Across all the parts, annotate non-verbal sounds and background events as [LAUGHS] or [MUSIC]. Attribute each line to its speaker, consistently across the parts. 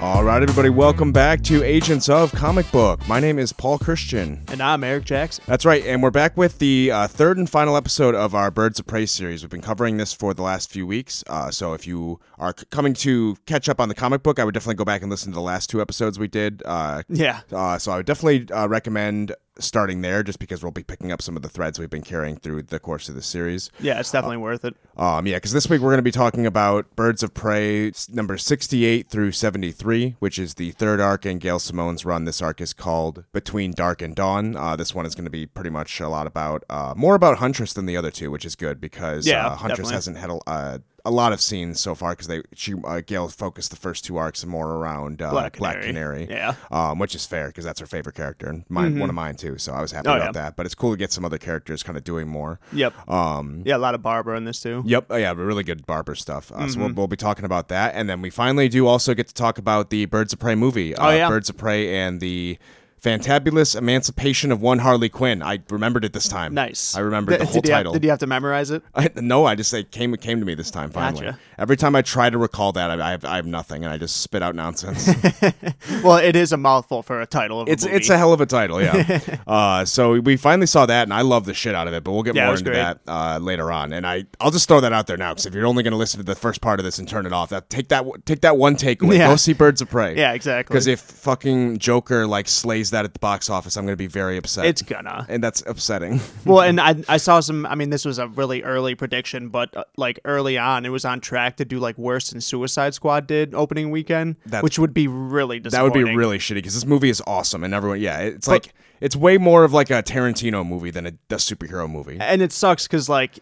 Speaker 1: All right, everybody, welcome back to Agents of Comic Book. My name is Paul Christian.
Speaker 2: And I'm Eric Jackson.
Speaker 1: That's right, and we're back with the uh, third and final episode of our Birds of Prey series. We've been covering this for the last few weeks, uh, so if you are c- coming to catch up on the comic book, I would definitely go back and listen to the last two episodes we did. Uh,
Speaker 2: Yeah.
Speaker 1: uh, so I would definitely uh, recommend starting there, just because we'll be picking up some of the threads we've been carrying through the course of the series.
Speaker 2: Yeah, it's definitely worth it.
Speaker 1: Um, yeah, because this week we're going to be talking about Birds of Prey s- number 68 through 73, which is the third arc in Gail Simone's run. This arc is called Between Dark and Dawn. Uh, this one is going to be pretty much a lot about, uh, more about Huntress than the other two, which is good because
Speaker 2: Yeah,
Speaker 1: uh, Huntress
Speaker 2: definitely.
Speaker 1: hasn't had a, uh, a lot of scenes so far because they she uh, Gail focused the first two arcs more around uh,
Speaker 2: Black
Speaker 1: Canary.
Speaker 2: Canary. Yeah. Mm-hmm.
Speaker 1: Um, which is fair because that's her favorite character and mine, one of mine too. So I was happy
Speaker 2: Oh,
Speaker 1: about
Speaker 2: yeah.
Speaker 1: that. But it's cool to get some other characters kind of doing more.
Speaker 2: Yep.
Speaker 1: Um,
Speaker 2: Yeah, a lot of Barbara in this too.
Speaker 1: Yep. Oh, yeah. Really good Barber stuff. Uh, So we'll,
Speaker 2: Mm-hmm.
Speaker 1: we'll be talking about that. And then we finally do also get to talk about the Birds of Prey movie. Uh,
Speaker 2: Oh, yeah.
Speaker 1: Birds of Prey and the Fantabulous Emancipation of One Harley Quinn. I remembered it this time.
Speaker 2: Nice.
Speaker 1: I remembered
Speaker 2: [LAUGHS]
Speaker 1: the
Speaker 2: Th-
Speaker 1: whole
Speaker 2: did you have-
Speaker 1: title.
Speaker 2: did you have to memorize it?
Speaker 1: [LAUGHS] I, no, I just it came it came to me this time finally.
Speaker 2: Gotcha.
Speaker 1: Every time I try to recall that, I, I have I have nothing, and I just spit out nonsense. [LAUGHS]
Speaker 2: Well, it is a mouthful for a title of
Speaker 1: it's
Speaker 2: a movie.
Speaker 1: it's a hell of a title,
Speaker 2: [LAUGHS]
Speaker 1: yeah. uh, so we finally saw that, and I love the shit out of it. But we'll get
Speaker 2: Yeah, it
Speaker 1: more
Speaker 2: was
Speaker 1: into
Speaker 2: great.
Speaker 1: that uh, later on. And I I'll just throw that out there now because if you're only going to listen to the first part of this and turn it off, that take that w- take that one takeaway.
Speaker 2: Yeah.
Speaker 1: Go see Birds of Prey.
Speaker 2: Yeah, exactly.
Speaker 1: Because if fucking Joker like slays that at the box office, I'm going to be very upset.
Speaker 2: It's gonna.
Speaker 1: and that's upsetting. [LAUGHS]
Speaker 2: Well, and I, I saw some. I mean, this was a really early prediction, but uh, like early on, it was on track to do like worse than Suicide Squad did opening weekend,
Speaker 1: That's-
Speaker 2: which would be really
Speaker 1: that would
Speaker 2: disappointing.
Speaker 1: be really shitty because this movie is awesome and everyone. Yeah, it's like it's way more of like a Tarantino movie than a, a superhero movie.
Speaker 2: and it sucks because like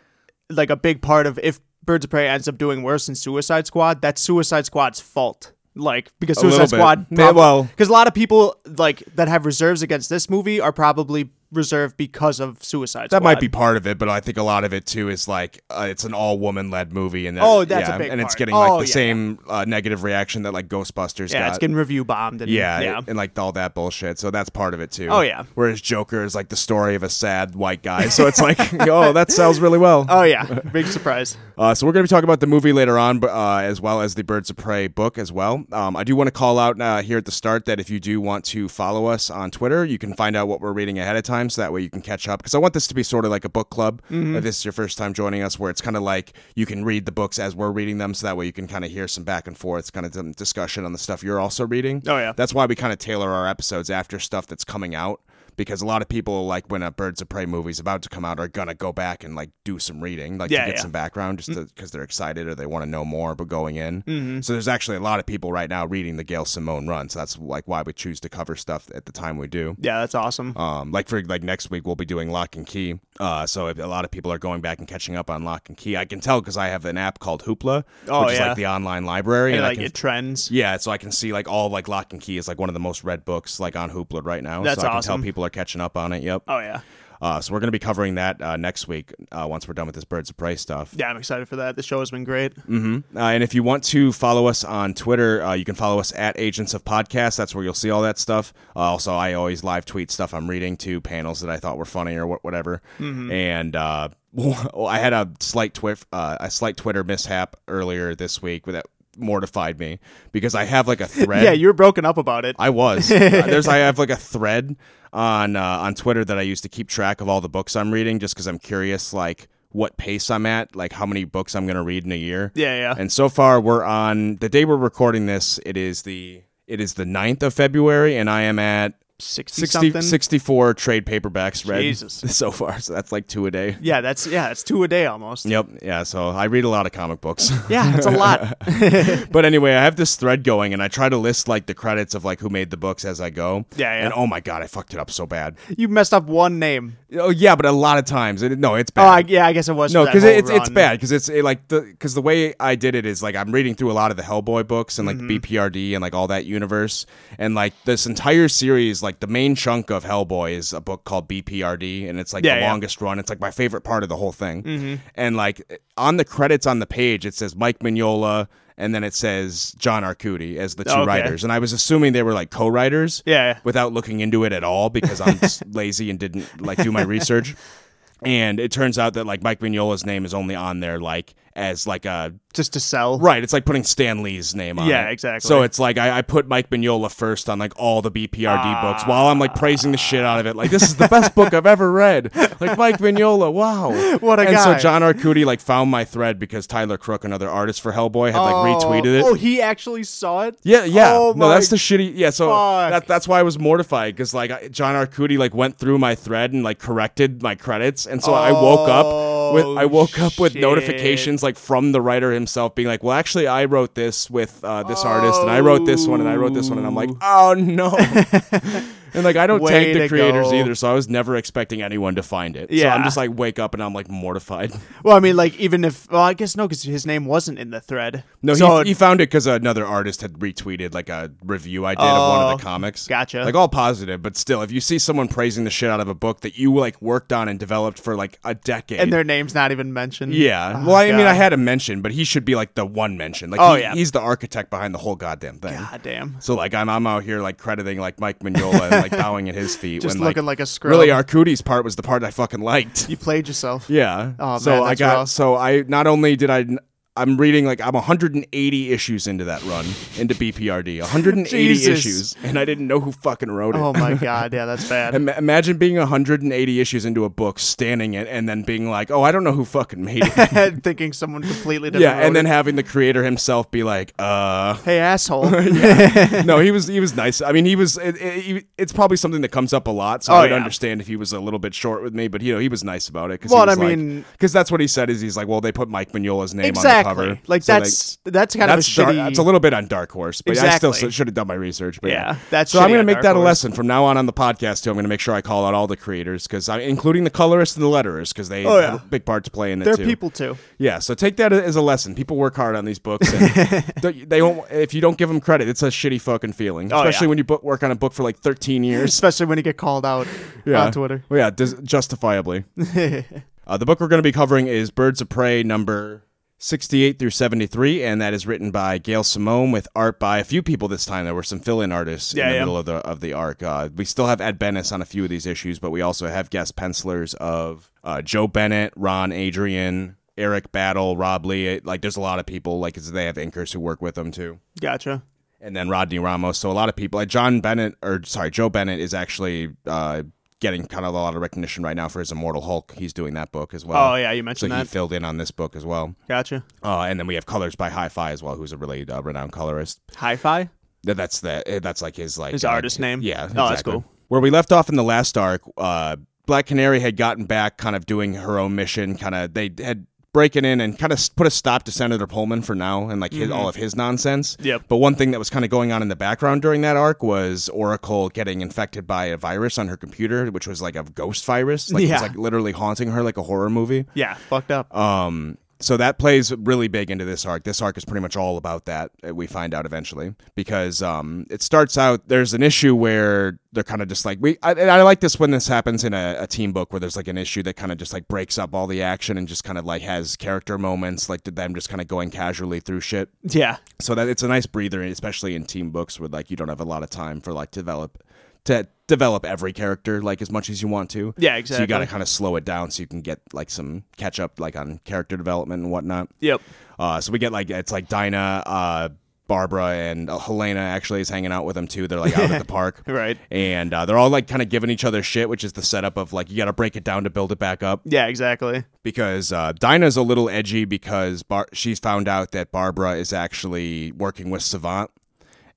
Speaker 2: like a big part of if Birds of Prey ends up doing worse than Suicide Squad, that's Suicide Squad's fault. Like because
Speaker 1: little
Speaker 2: Suicide
Speaker 1: bit.
Speaker 2: Squad,
Speaker 1: Yeah, well-
Speaker 2: because a lot of people like that have reserves against this movie are probably reserved because of Suicide Squad.
Speaker 1: That might be part of it, but I think a lot of it too is like uh, it's an all woman led movie, and that-
Speaker 2: Oh, that's a
Speaker 1: yeah,
Speaker 2: big
Speaker 1: and it's
Speaker 2: part.
Speaker 1: getting like
Speaker 2: Oh,
Speaker 1: the
Speaker 2: yeah,
Speaker 1: same uh, negative reaction that like Ghostbusters
Speaker 2: yeah,
Speaker 1: got.
Speaker 2: it's getting review bombed and
Speaker 1: yeah,
Speaker 2: yeah,
Speaker 1: and, and like all that bullshit. So that's part of it too.
Speaker 2: Oh, yeah.
Speaker 1: Whereas Joker is like the story of a sad white guy. So it's like, [LAUGHS] oh, that sells really well.
Speaker 2: oh yeah, big surprise.
Speaker 1: Uh, so we're going to be talking about the movie later on, but uh, as well as the Birds of Prey book as well. Um, I do want to call out uh, here at the start that if you do want to follow us on Twitter, you can find out what we're reading ahead of time, so that way you can catch up. Because I want this to be sort of like a book club.
Speaker 2: Mm-hmm.
Speaker 1: If this is your first time joining us, where it's kind of like you can read the books as we're reading them, so that way you can kind of hear some back and forth, kind of some discussion on the stuff you're also reading.
Speaker 2: Oh, yeah.
Speaker 1: that's why we kind of tailor our episodes after stuff that's coming out. Because a lot of people, like when a Birds of Prey movie is about to come out, are gonna go back and like do some reading, like to
Speaker 2: Yeah,
Speaker 1: get
Speaker 2: yeah. Mm.
Speaker 1: some background just because they're excited or they want to know more but going in
Speaker 2: Mm-hmm.
Speaker 1: so there's actually a lot of people right now reading the gail simone run so that's like why we choose to cover stuff at the time we do
Speaker 2: Yeah, that's awesome.
Speaker 1: um, like for like next week we'll be doing lock and key uh, so if a lot of people are going back and catching up on lock and key i can tell because i have an app called hoopla
Speaker 2: Oh,
Speaker 1: which is
Speaker 2: yeah.
Speaker 1: like the online library
Speaker 2: And,
Speaker 1: and,
Speaker 2: like
Speaker 1: i can
Speaker 2: it trends.
Speaker 1: yeah, so I can see like all like Lock and Key is like one of the most read books like on Hoopla right now.
Speaker 2: That's
Speaker 1: so I can
Speaker 2: awesome.
Speaker 1: tell people are catching up on it. Yep.
Speaker 2: Oh yeah,
Speaker 1: Uh, so we're gonna be covering that uh, next week uh, once we're done with this Birds of Prey stuff.
Speaker 2: yeah, I'm excited for that. The show has been great.
Speaker 1: Uh, and if you want to follow us on Twitter, uh, you can follow us at Agents of Podcast. That's where you'll see all that stuff. Uh, also, I always live tweet stuff I'm reading to panels that I thought were funny or wh- whatever.
Speaker 2: Mm-hmm.
Speaker 1: And uh, [LAUGHS] I had a slight twif- uh, a slight Twitter mishap earlier this week that mortified me because I have like
Speaker 2: [LAUGHS]
Speaker 1: a thread.
Speaker 2: Yeah, you were broken up about it.
Speaker 1: [LAUGHS] I
Speaker 2: [LAUGHS]
Speaker 1: was. Uh, there's I have like a thread on uh, on Twitter that I use to keep track of all the books I'm reading, just because I'm curious, like what pace I'm at, like how many books I'm gonna read in a year.
Speaker 2: Yeah, yeah.
Speaker 1: And so far, we're on the day we're recording this. It is the it is the 9th of February, and I am at
Speaker 2: 60
Speaker 1: 60,
Speaker 2: something.
Speaker 1: 64 trade paperbacks read
Speaker 2: Jesus.
Speaker 1: [LAUGHS] so far. So that's like two a day.
Speaker 2: Yeah, that's yeah, it's two a day almost.
Speaker 1: Yep. Yeah. So I read a lot of comic books. [LAUGHS]
Speaker 2: Yeah, it's a lot.
Speaker 1: but anyway, I have this thread going, and I try to list like the credits of like who made the books as I go.
Speaker 2: Yeah, yeah.
Speaker 1: And oh my god, I fucked it up so bad.
Speaker 2: you messed up one name.
Speaker 1: Oh yeah, but a lot of times, it, no, it's
Speaker 2: Oh,
Speaker 1: bad.
Speaker 2: I, yeah, I guess it was.
Speaker 1: no,
Speaker 2: because
Speaker 1: because it's it's bad because it's it, like the because the way I did it is like I'm reading through a lot of the Hellboy books and like
Speaker 2: Mm-hmm.
Speaker 1: BPRD and like all that universe and like this entire series like the main chunk of Hellboy is a book called BPRD and it's like
Speaker 2: Yeah,
Speaker 1: the
Speaker 2: yeah. Mm-hmm.
Speaker 1: longest run. It's like my favorite part of the whole thing. And like on the credits on the page, it says Mike Mignola and then it says John Arcudi as the two
Speaker 2: Okay.
Speaker 1: writers. And I was assuming they were like co-writers
Speaker 2: Yeah.
Speaker 1: without looking into it at all because I'm
Speaker 2: [LAUGHS]
Speaker 1: s- lazy and didn't like do my research. And it turns out that like Mike Mignola's name is only on there like as like a
Speaker 2: just to sell.
Speaker 1: right. It's like putting Stan Lee's name on
Speaker 2: Yeah,
Speaker 1: it.
Speaker 2: exactly.
Speaker 1: So it's like I, I put Mike Mignola first on like all the BPRD
Speaker 2: Ah.
Speaker 1: books while I'm like praising the shit out of it. Like this is the best book I've ever read. Like Mike Mignola, wow,
Speaker 2: What a
Speaker 1: and
Speaker 2: guy.
Speaker 1: so John Arcudi like found my thread because Tyler Crook, another artist for Hellboy, had like
Speaker 2: Oh,
Speaker 1: retweeted it.
Speaker 2: Oh, he actually saw it.
Speaker 1: Yeah, yeah.
Speaker 2: Oh
Speaker 1: no,
Speaker 2: my
Speaker 1: that's the shitty. Yeah, so
Speaker 2: fuck.
Speaker 1: that, that's why I was mortified because like I- John Arcudi like went through my thread and like corrected my credits, and so I woke up with I
Speaker 2: Oh,
Speaker 1: woke up with
Speaker 2: shit.
Speaker 1: notifications like from the writer himself being like, well, actually, I wrote this with uh, this artist, and I wrote this one, and I wrote this one, and I'm like, oh
Speaker 2: [LAUGHS]
Speaker 1: no. And like I don't
Speaker 2: Way
Speaker 1: tag the
Speaker 2: to
Speaker 1: creators
Speaker 2: go.
Speaker 1: either, so I was never expecting anyone to find it. so I'm
Speaker 2: Yeah.
Speaker 1: just like wake up and I'm like mortified.
Speaker 2: Well, I mean, like even if well, I guess no, because his name wasn't in the thread.
Speaker 1: No,
Speaker 2: so
Speaker 1: he, he found it because another artist had retweeted like a review I did of one of the
Speaker 2: Oh,
Speaker 1: comics.
Speaker 2: gotcha.
Speaker 1: Like all positive, but still, if you see someone praising the shit out of a book that you like worked on and developed for like a decade,
Speaker 2: and their name's not even mentioned.
Speaker 1: yeah.
Speaker 2: Oh,
Speaker 1: well, I mean, I
Speaker 2: God.
Speaker 1: had a mention, but he should be like the one mention. Like,
Speaker 2: Oh,
Speaker 1: he-
Speaker 2: yeah.
Speaker 1: he's the architect behind the whole goddamn thing.
Speaker 2: God Ah, damn.
Speaker 1: So like I'm I'm out here like crediting like Mike Mignola and like bowing at his feet
Speaker 2: [LAUGHS] Just
Speaker 1: when
Speaker 2: looking like a scrub.
Speaker 1: really Arcudi's part was the part I fucking liked.
Speaker 2: You played yourself.
Speaker 1: Yeah.
Speaker 2: Oh,
Speaker 1: so
Speaker 2: man,
Speaker 1: I
Speaker 2: that's
Speaker 1: got
Speaker 2: rough.
Speaker 1: so I not only did I I'm reading like I'm 180 issues into that run into BPRD
Speaker 2: [LAUGHS]
Speaker 1: 180
Speaker 2: Jesus.
Speaker 1: issues and I didn't know who fucking wrote it.
Speaker 2: [LAUGHS]
Speaker 1: [LAUGHS]
Speaker 2: Oh my god, yeah, that's bad.
Speaker 1: Im- imagine being 180 issues into a book, standing it, and then being like, "Oh, I don't know who fucking made
Speaker 2: [LAUGHS]
Speaker 1: it."
Speaker 2: Thinking someone completely different.
Speaker 1: yeah, and
Speaker 2: wrote
Speaker 1: then
Speaker 2: it.
Speaker 1: having the creator himself be like, "Uh."
Speaker 2: hey
Speaker 1: [LAUGHS]
Speaker 2: asshole.
Speaker 1: no, he was he was nice. I mean, he was. It, it, he- it's probably something that comes up a lot, so
Speaker 2: Oh,
Speaker 1: I would
Speaker 2: yeah.
Speaker 1: understand if he was a little bit short with me. But you know, he was nice about it. Cause
Speaker 2: Well,
Speaker 1: he was
Speaker 2: I mean-
Speaker 1: because that's what he said is he's like, well, they put Mike Mignola's name on the
Speaker 2: exactly.
Speaker 1: cover,
Speaker 2: Like
Speaker 1: So,
Speaker 2: that's that's kind
Speaker 1: that's
Speaker 2: of a
Speaker 1: dark,
Speaker 2: shitty.
Speaker 1: that's a little bit on Dark Horse, but I still
Speaker 2: Exactly.
Speaker 1: should have done my research. But yeah,
Speaker 2: Yeah, that's
Speaker 1: so I'm
Speaker 2: shitty
Speaker 1: gonna
Speaker 2: on
Speaker 1: make
Speaker 2: Dark
Speaker 1: that a
Speaker 2: Horse.
Speaker 1: lesson from now on on the podcast too. I'm gonna make sure I call out all the creators because I, including the colorists and the letterers, because they
Speaker 2: Oh,
Speaker 1: have
Speaker 2: yeah.
Speaker 1: a big part to play in it
Speaker 2: They're
Speaker 1: too.
Speaker 2: people too.
Speaker 1: Yeah, so take that as a lesson. People work hard on these books.
Speaker 2: [LAUGHS]
Speaker 1: And they they don't. If you don't give them credit, it's a shitty fucking feeling,
Speaker 2: Oh, yeah.
Speaker 1: especially when you book, work on a book for like 13 years.
Speaker 2: Especially when you get called out
Speaker 1: yeah,
Speaker 2: on Twitter.
Speaker 1: Well, yeah, dis-
Speaker 2: [LAUGHS]
Speaker 1: justifiably. uh, the book we're going to be covering is Birds of Prey number 68 through 73, and that is written by Gail Simone with art by a few people this time. There were some fill-in artists
Speaker 2: Yeah,
Speaker 1: in the
Speaker 2: yeah.
Speaker 1: middle of the of the arc. Uh, we still have Ed Bennis on a few of these issues, but we also have guest pencilers of uh, Joe Bennett, Ron Adrian. Eric Battle, Rob Lee, It- like there's a lot of people. Like 'cause they have inkers who work with them too
Speaker 2: Gotcha.
Speaker 1: and then Rodney Ramos. So a lot of people, like John Bennett, or sorry, Joe Bennett is actually uh, getting kind of a lot of recognition right now for his Immortal Hulk. He's doing that book as well.
Speaker 2: Oh yeah, you
Speaker 1: So
Speaker 2: mentioned
Speaker 1: he
Speaker 2: that.
Speaker 1: filled in on this book as well.
Speaker 2: Gotcha.
Speaker 1: Uh, and then we have colors by Hi-Fi as well, who's a really uh, renowned colorist.
Speaker 2: Hi-fi.
Speaker 1: Th- That's the eh, that's like his like
Speaker 2: His
Speaker 1: uh,
Speaker 2: artist name?
Speaker 1: Yeah,
Speaker 2: Oh, that's
Speaker 1: exactly.
Speaker 2: cool.
Speaker 1: Where we left off in the last arc, uh, Black Canary had gotten back, kind of doing her own mission. Kind of they had breaking in and kind of put a stop to Senator Pullman for now and like his, all of his nonsense.
Speaker 2: Mm-hmm. Yep.
Speaker 1: But one thing that was kind of going on in the background during that arc was Oracle getting infected by a virus on her computer, which was like a ghost virus. Like, It
Speaker 2: Yeah.
Speaker 1: was like literally haunting her like a horror movie.
Speaker 2: Yeah, Uh, fucked up.
Speaker 1: Um, so that plays really big into this arc. This arc is pretty much all about that. uh, We find out eventually because um, it starts out. There's an issue where they're kind of just like we. I, and I like this when this happens in a, a team book where there's like an issue that kind of just like breaks up all the action and just kind of like has character moments, like them just kind of going casually through shit.
Speaker 2: yeah.
Speaker 1: So that it's a nice breather, especially in team books where like you don't have a lot of time for like develop to develop every character like as much as you want to.
Speaker 2: Yeah,
Speaker 1: So you got to
Speaker 2: exactly.
Speaker 1: kind of slow it down so you can get like some catch up like on character development and whatnot.
Speaker 2: Yep.
Speaker 1: Uh, so we get like it's like Dinah, uh, Barbara, and uh, Helena actually is hanging out with them too. They're like out at
Speaker 2: [LAUGHS]
Speaker 1: the park,
Speaker 2: Right.
Speaker 1: And uh, they're all like kind of giving each other shit, which is the setup of like you got to break it down to build it back up
Speaker 2: Yeah, exactly.
Speaker 1: because uh, Dinah's a little edgy because Bar- she's found out that Barbara is actually working with Savant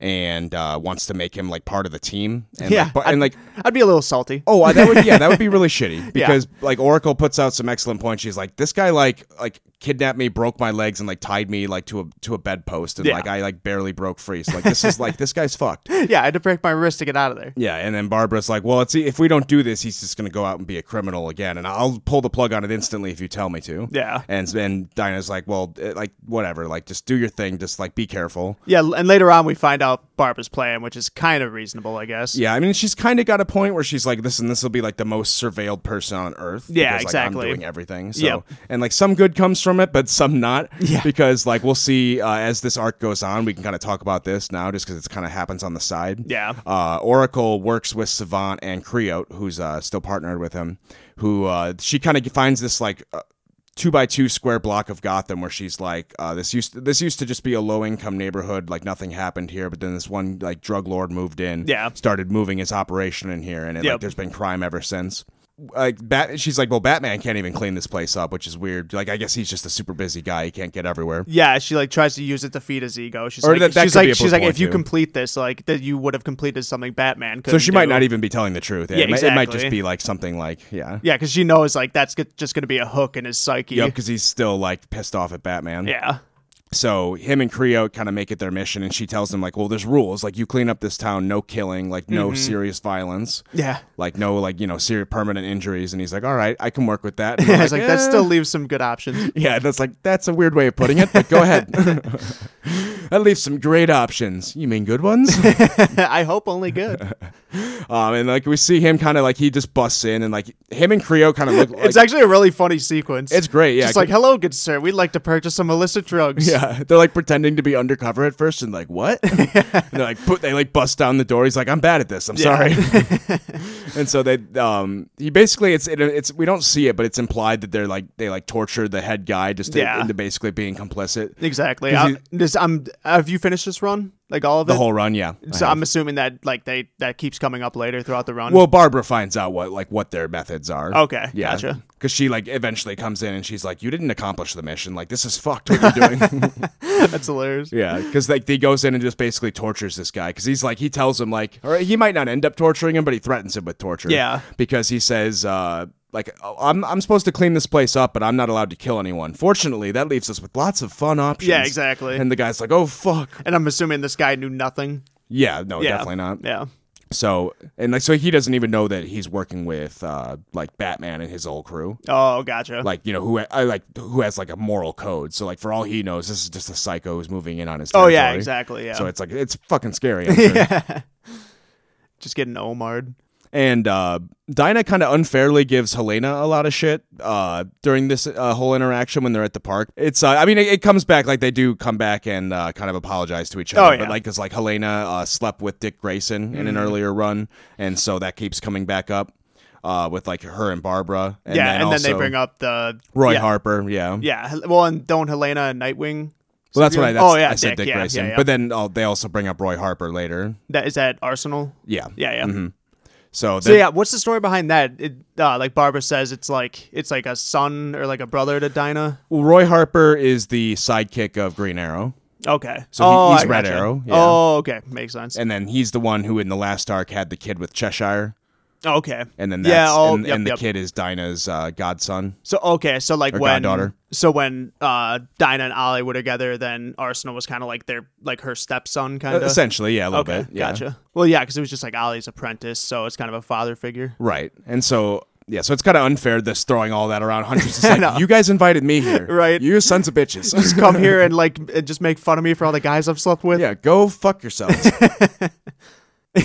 Speaker 1: and uh, wants to make him like part of the team. And,
Speaker 2: Yeah,
Speaker 1: like, Bar- and like
Speaker 2: I'd be a little salty.
Speaker 1: Oh, uh, that would yeah, that would be really
Speaker 2: [LAUGHS]
Speaker 1: shitty because like Oracle puts out some excellent points. She's like, this guy like like kidnapped me, broke my legs, and like tied me like to a to a bedpost, and
Speaker 2: Yeah.
Speaker 1: like I like barely broke free. So like this is like this guy's fucked.
Speaker 2: Yeah, I had to break my wrist to get out of there.
Speaker 1: Yeah, and then Barbara's like, well, it's, if we don't do this, he's just gonna go out and be a criminal again, and I'll pull the plug on it instantly if you tell me to.
Speaker 2: Yeah.
Speaker 1: And then Dinah's like, well, eh, like whatever, like just do your thing, just like be careful.
Speaker 2: Yeah, l- and later on we find out Barbara's plan, which is kind of reasonable, I guess.
Speaker 1: Yeah, I mean, she's kind of got a point where she's like, listen, this will be like the most surveilled person on Earth. because,
Speaker 2: Yeah,
Speaker 1: Like,
Speaker 2: exactly.
Speaker 1: I'm doing everything. So,
Speaker 2: Yep.
Speaker 1: and like some good comes from it, but some not.
Speaker 2: Yeah.
Speaker 1: Because like we'll see uh, as this arc goes on, we can kind of talk about this now, just because it's kind of happens on the side.
Speaker 2: Yeah.
Speaker 1: Uh, Oracle works with Savant and Creote, who's uh, still partnered with him, who uh, she kind of finds this like. Uh, two by two square block of Gotham where she's like, uh, this used to, this used to just be a low income neighborhood, like nothing happened here, but then this one like drug lord moved in,
Speaker 2: Yeah.
Speaker 1: started moving his operation in here, and it, like
Speaker 2: Yep.
Speaker 1: there's been crime ever since. Like Bat, she's like, well, Batman can't even clean this place up, which is weird. Like, I guess he's just a super busy guy; he can't get everywhere.
Speaker 2: Yeah, she like tries to use it to feed his ego. She's
Speaker 1: Or
Speaker 2: like,
Speaker 1: that- that
Speaker 2: she's
Speaker 1: could be
Speaker 2: like,
Speaker 1: a
Speaker 2: she's like,
Speaker 1: point,
Speaker 2: if you
Speaker 1: too.
Speaker 2: complete this, like that you would have completed something Batman.
Speaker 1: So
Speaker 2: couldn't
Speaker 1: she might
Speaker 2: do.
Speaker 1: not even be telling the truth. Yeah,
Speaker 2: Yeah,
Speaker 1: it, might, it might just
Speaker 2: exactly.
Speaker 1: be like something like, yeah,
Speaker 2: Yeah, because she knows like that's g- just gonna be a hook in his psyche.
Speaker 1: yeah, because he's still like pissed off at Batman.
Speaker 2: Yeah.
Speaker 1: so him and Creo kind of make it their mission, and she tells them like, "Well, there's rules. Like, you clean up this town, no killing, like no serious violence,
Speaker 2: Mm-hmm. [LAUGHS] Yeah.
Speaker 1: like no like you know serious permanent injuries." And he's like, "All right, I can work with that." And I'm
Speaker 2: I was like, that
Speaker 1: "Eh."
Speaker 2: still leaves some good options. [LAUGHS]
Speaker 1: yeah, that's like that's a weird way of putting it, but go ahead. [LAUGHS] that leaves some great options. You mean good
Speaker 2: [LAUGHS]
Speaker 1: ones?
Speaker 2: I hope only good.
Speaker 1: um, and like we see him kind of like he just busts in, and like him and Creo kind of look. Like,
Speaker 2: it's actually a really funny sequence.
Speaker 1: It's great, yeah.
Speaker 2: Just like, hello, good sir. We'd like to purchase some illicit drugs.
Speaker 1: [LAUGHS] Yeah, they're like pretending to be undercover at first, and like
Speaker 2: [LAUGHS]
Speaker 1: what? [LAUGHS] and they're like put they like bust down the door. He's like, I'm bad at this. I'm sorry.
Speaker 2: [LAUGHS]
Speaker 1: [LAUGHS] and so they um he basically it's it, it's we don't see it, but it's implied that they're like they like torture the head guy just to,
Speaker 2: Yeah.
Speaker 1: into basically being complicit.
Speaker 2: Exactly.
Speaker 1: 'Cause
Speaker 2: I, this, I'm. Have you finished this run? Like all of
Speaker 1: The
Speaker 2: it.
Speaker 1: whole run, yeah.
Speaker 2: so I'm assuming that like they that keeps coming up later throughout the run.
Speaker 1: well, Barbara finds out what like what their methods are.
Speaker 2: Okay,
Speaker 1: yeah,
Speaker 2: gotcha. [LAUGHS]
Speaker 1: Because she like eventually comes in and she's like, "You didn't accomplish the mission. Like this is fucked. What
Speaker 2: [LAUGHS]
Speaker 1: you're doing."
Speaker 2: that's hilarious.
Speaker 1: Yeah, because like he goes in and just basically tortures this guy because he's like he tells him like or he might not end up torturing him, but he threatens him with torture.
Speaker 2: Yeah.
Speaker 1: because he says uh, like "Oh, I'm I'm supposed to clean this place up, but I'm not allowed to kill anyone. Fortunately, that leaves us with lots of fun options.
Speaker 2: Yeah, exactly.
Speaker 1: And the guy's like, oh fuck.
Speaker 2: And I'm assuming this guy knew nothing.
Speaker 1: Yeah, no,
Speaker 2: Yeah.
Speaker 1: definitely not.
Speaker 2: Yeah.
Speaker 1: So and like so he doesn't even know that he's working with uh, like Batman and his whole crew.
Speaker 2: Oh, gotcha.
Speaker 1: Like you know who I like who has like a moral code. So like for all he knows, this is just a psycho who's moving in on his.
Speaker 2: oh yeah,
Speaker 1: territory.
Speaker 2: exactly. Yeah.
Speaker 1: So it's like it's fucking scary.
Speaker 2: [LAUGHS]
Speaker 1: I'm sure.
Speaker 2: Just getting Omar.
Speaker 1: And uh, Dinah kind of unfairly gives Helena a lot of shit uh, during this uh, whole interaction when they're at the park. It's, uh, I mean, it, it comes back like they do come back and uh, kind of apologize to each
Speaker 2: Oh,
Speaker 1: other. But
Speaker 2: yeah. Mm-hmm.
Speaker 1: like, because like Helena uh, slept with Dick Grayson in an earlier run, and so that keeps coming back up uh, with like her and Barbara. And
Speaker 2: yeah,
Speaker 1: then
Speaker 2: and
Speaker 1: also
Speaker 2: then they bring up the
Speaker 1: Roy
Speaker 2: yeah,
Speaker 1: Harper. Yeah,
Speaker 2: Yeah. Hel- Well, and don't Helena and Nightwing.
Speaker 1: Well, that's what I. That's,
Speaker 2: oh yeah,
Speaker 1: I said Dick,
Speaker 2: yeah,
Speaker 1: Grayson.
Speaker 2: Yeah, yeah.
Speaker 1: But then uh, they also bring up Roy Harper later.
Speaker 2: that is that Arsenal.
Speaker 1: Yeah.
Speaker 2: Yeah, yeah.
Speaker 1: So,
Speaker 2: So
Speaker 1: then-
Speaker 2: yeah, what's the story behind that? It, uh, like Barbara says, it's like it's like a son or like a brother to Dinah.
Speaker 1: Roy Harper is the sidekick of Green Arrow.
Speaker 2: Okay.
Speaker 1: So he-
Speaker 2: Oh,
Speaker 1: he's
Speaker 2: I
Speaker 1: Red
Speaker 2: gotcha.
Speaker 1: Arrow, yeah.
Speaker 2: Oh, okay, makes sense.
Speaker 1: and then he's the one who in the last arc had the kid with Cheshire,
Speaker 2: okay.
Speaker 1: and then that's,
Speaker 2: yeah. Oh,
Speaker 1: and,
Speaker 2: yep,
Speaker 1: and the
Speaker 2: yep.
Speaker 1: kid is Dinah's uh, godson.
Speaker 2: So okay, so like when
Speaker 1: goddaughter.
Speaker 2: so when uh Dinah and Ollie were together, then Arsenal was kind of like their like her stepson kind of.
Speaker 1: Uh, Essentially, yeah, a little
Speaker 2: Okay,
Speaker 1: bit. Yeah.
Speaker 2: gotcha. Well, yeah, because it was just like Ollie's apprentice, so it's kind of a father figure.
Speaker 1: Right, and so yeah, so it's kind of unfair this throwing all that around. Huntress is
Speaker 2: [LAUGHS]
Speaker 1: like,
Speaker 2: know.
Speaker 1: you guys invited me here,
Speaker 2: [LAUGHS] Right.
Speaker 1: You sons of bitches. [LAUGHS]
Speaker 2: Just come here and like and just make fun of me for all the guys I've slept with.
Speaker 1: yeah, go fuck
Speaker 2: [LAUGHS]
Speaker 1: yourselves.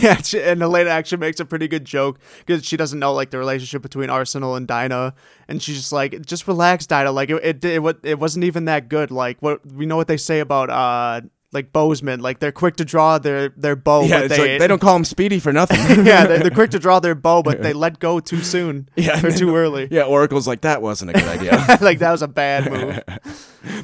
Speaker 2: Yeah, she- and Elena actually makes a pretty good joke because she doesn't know like the relationship between Arsenal and Dinah, and she's just like, "Just relax, Dinah. Like it, it, it, wa- it wasn't even that good. Like what we know what they say about uh like bowsmen. Like they're quick to draw their their bow,
Speaker 1: yeah,
Speaker 2: but
Speaker 1: it's
Speaker 2: they
Speaker 1: like, they don't [LAUGHS] call him Speedy for nothing. [LAUGHS]
Speaker 2: [LAUGHS] yeah they're, they're quick to draw their bow, but they let go too soon.
Speaker 1: Yeah,
Speaker 2: or
Speaker 1: and [LAUGHS]
Speaker 2: too early. [LAUGHS]
Speaker 1: yeah, Oracle's like that wasn't a good idea,
Speaker 2: like that was
Speaker 1: [LAUGHS]
Speaker 2: a bad move.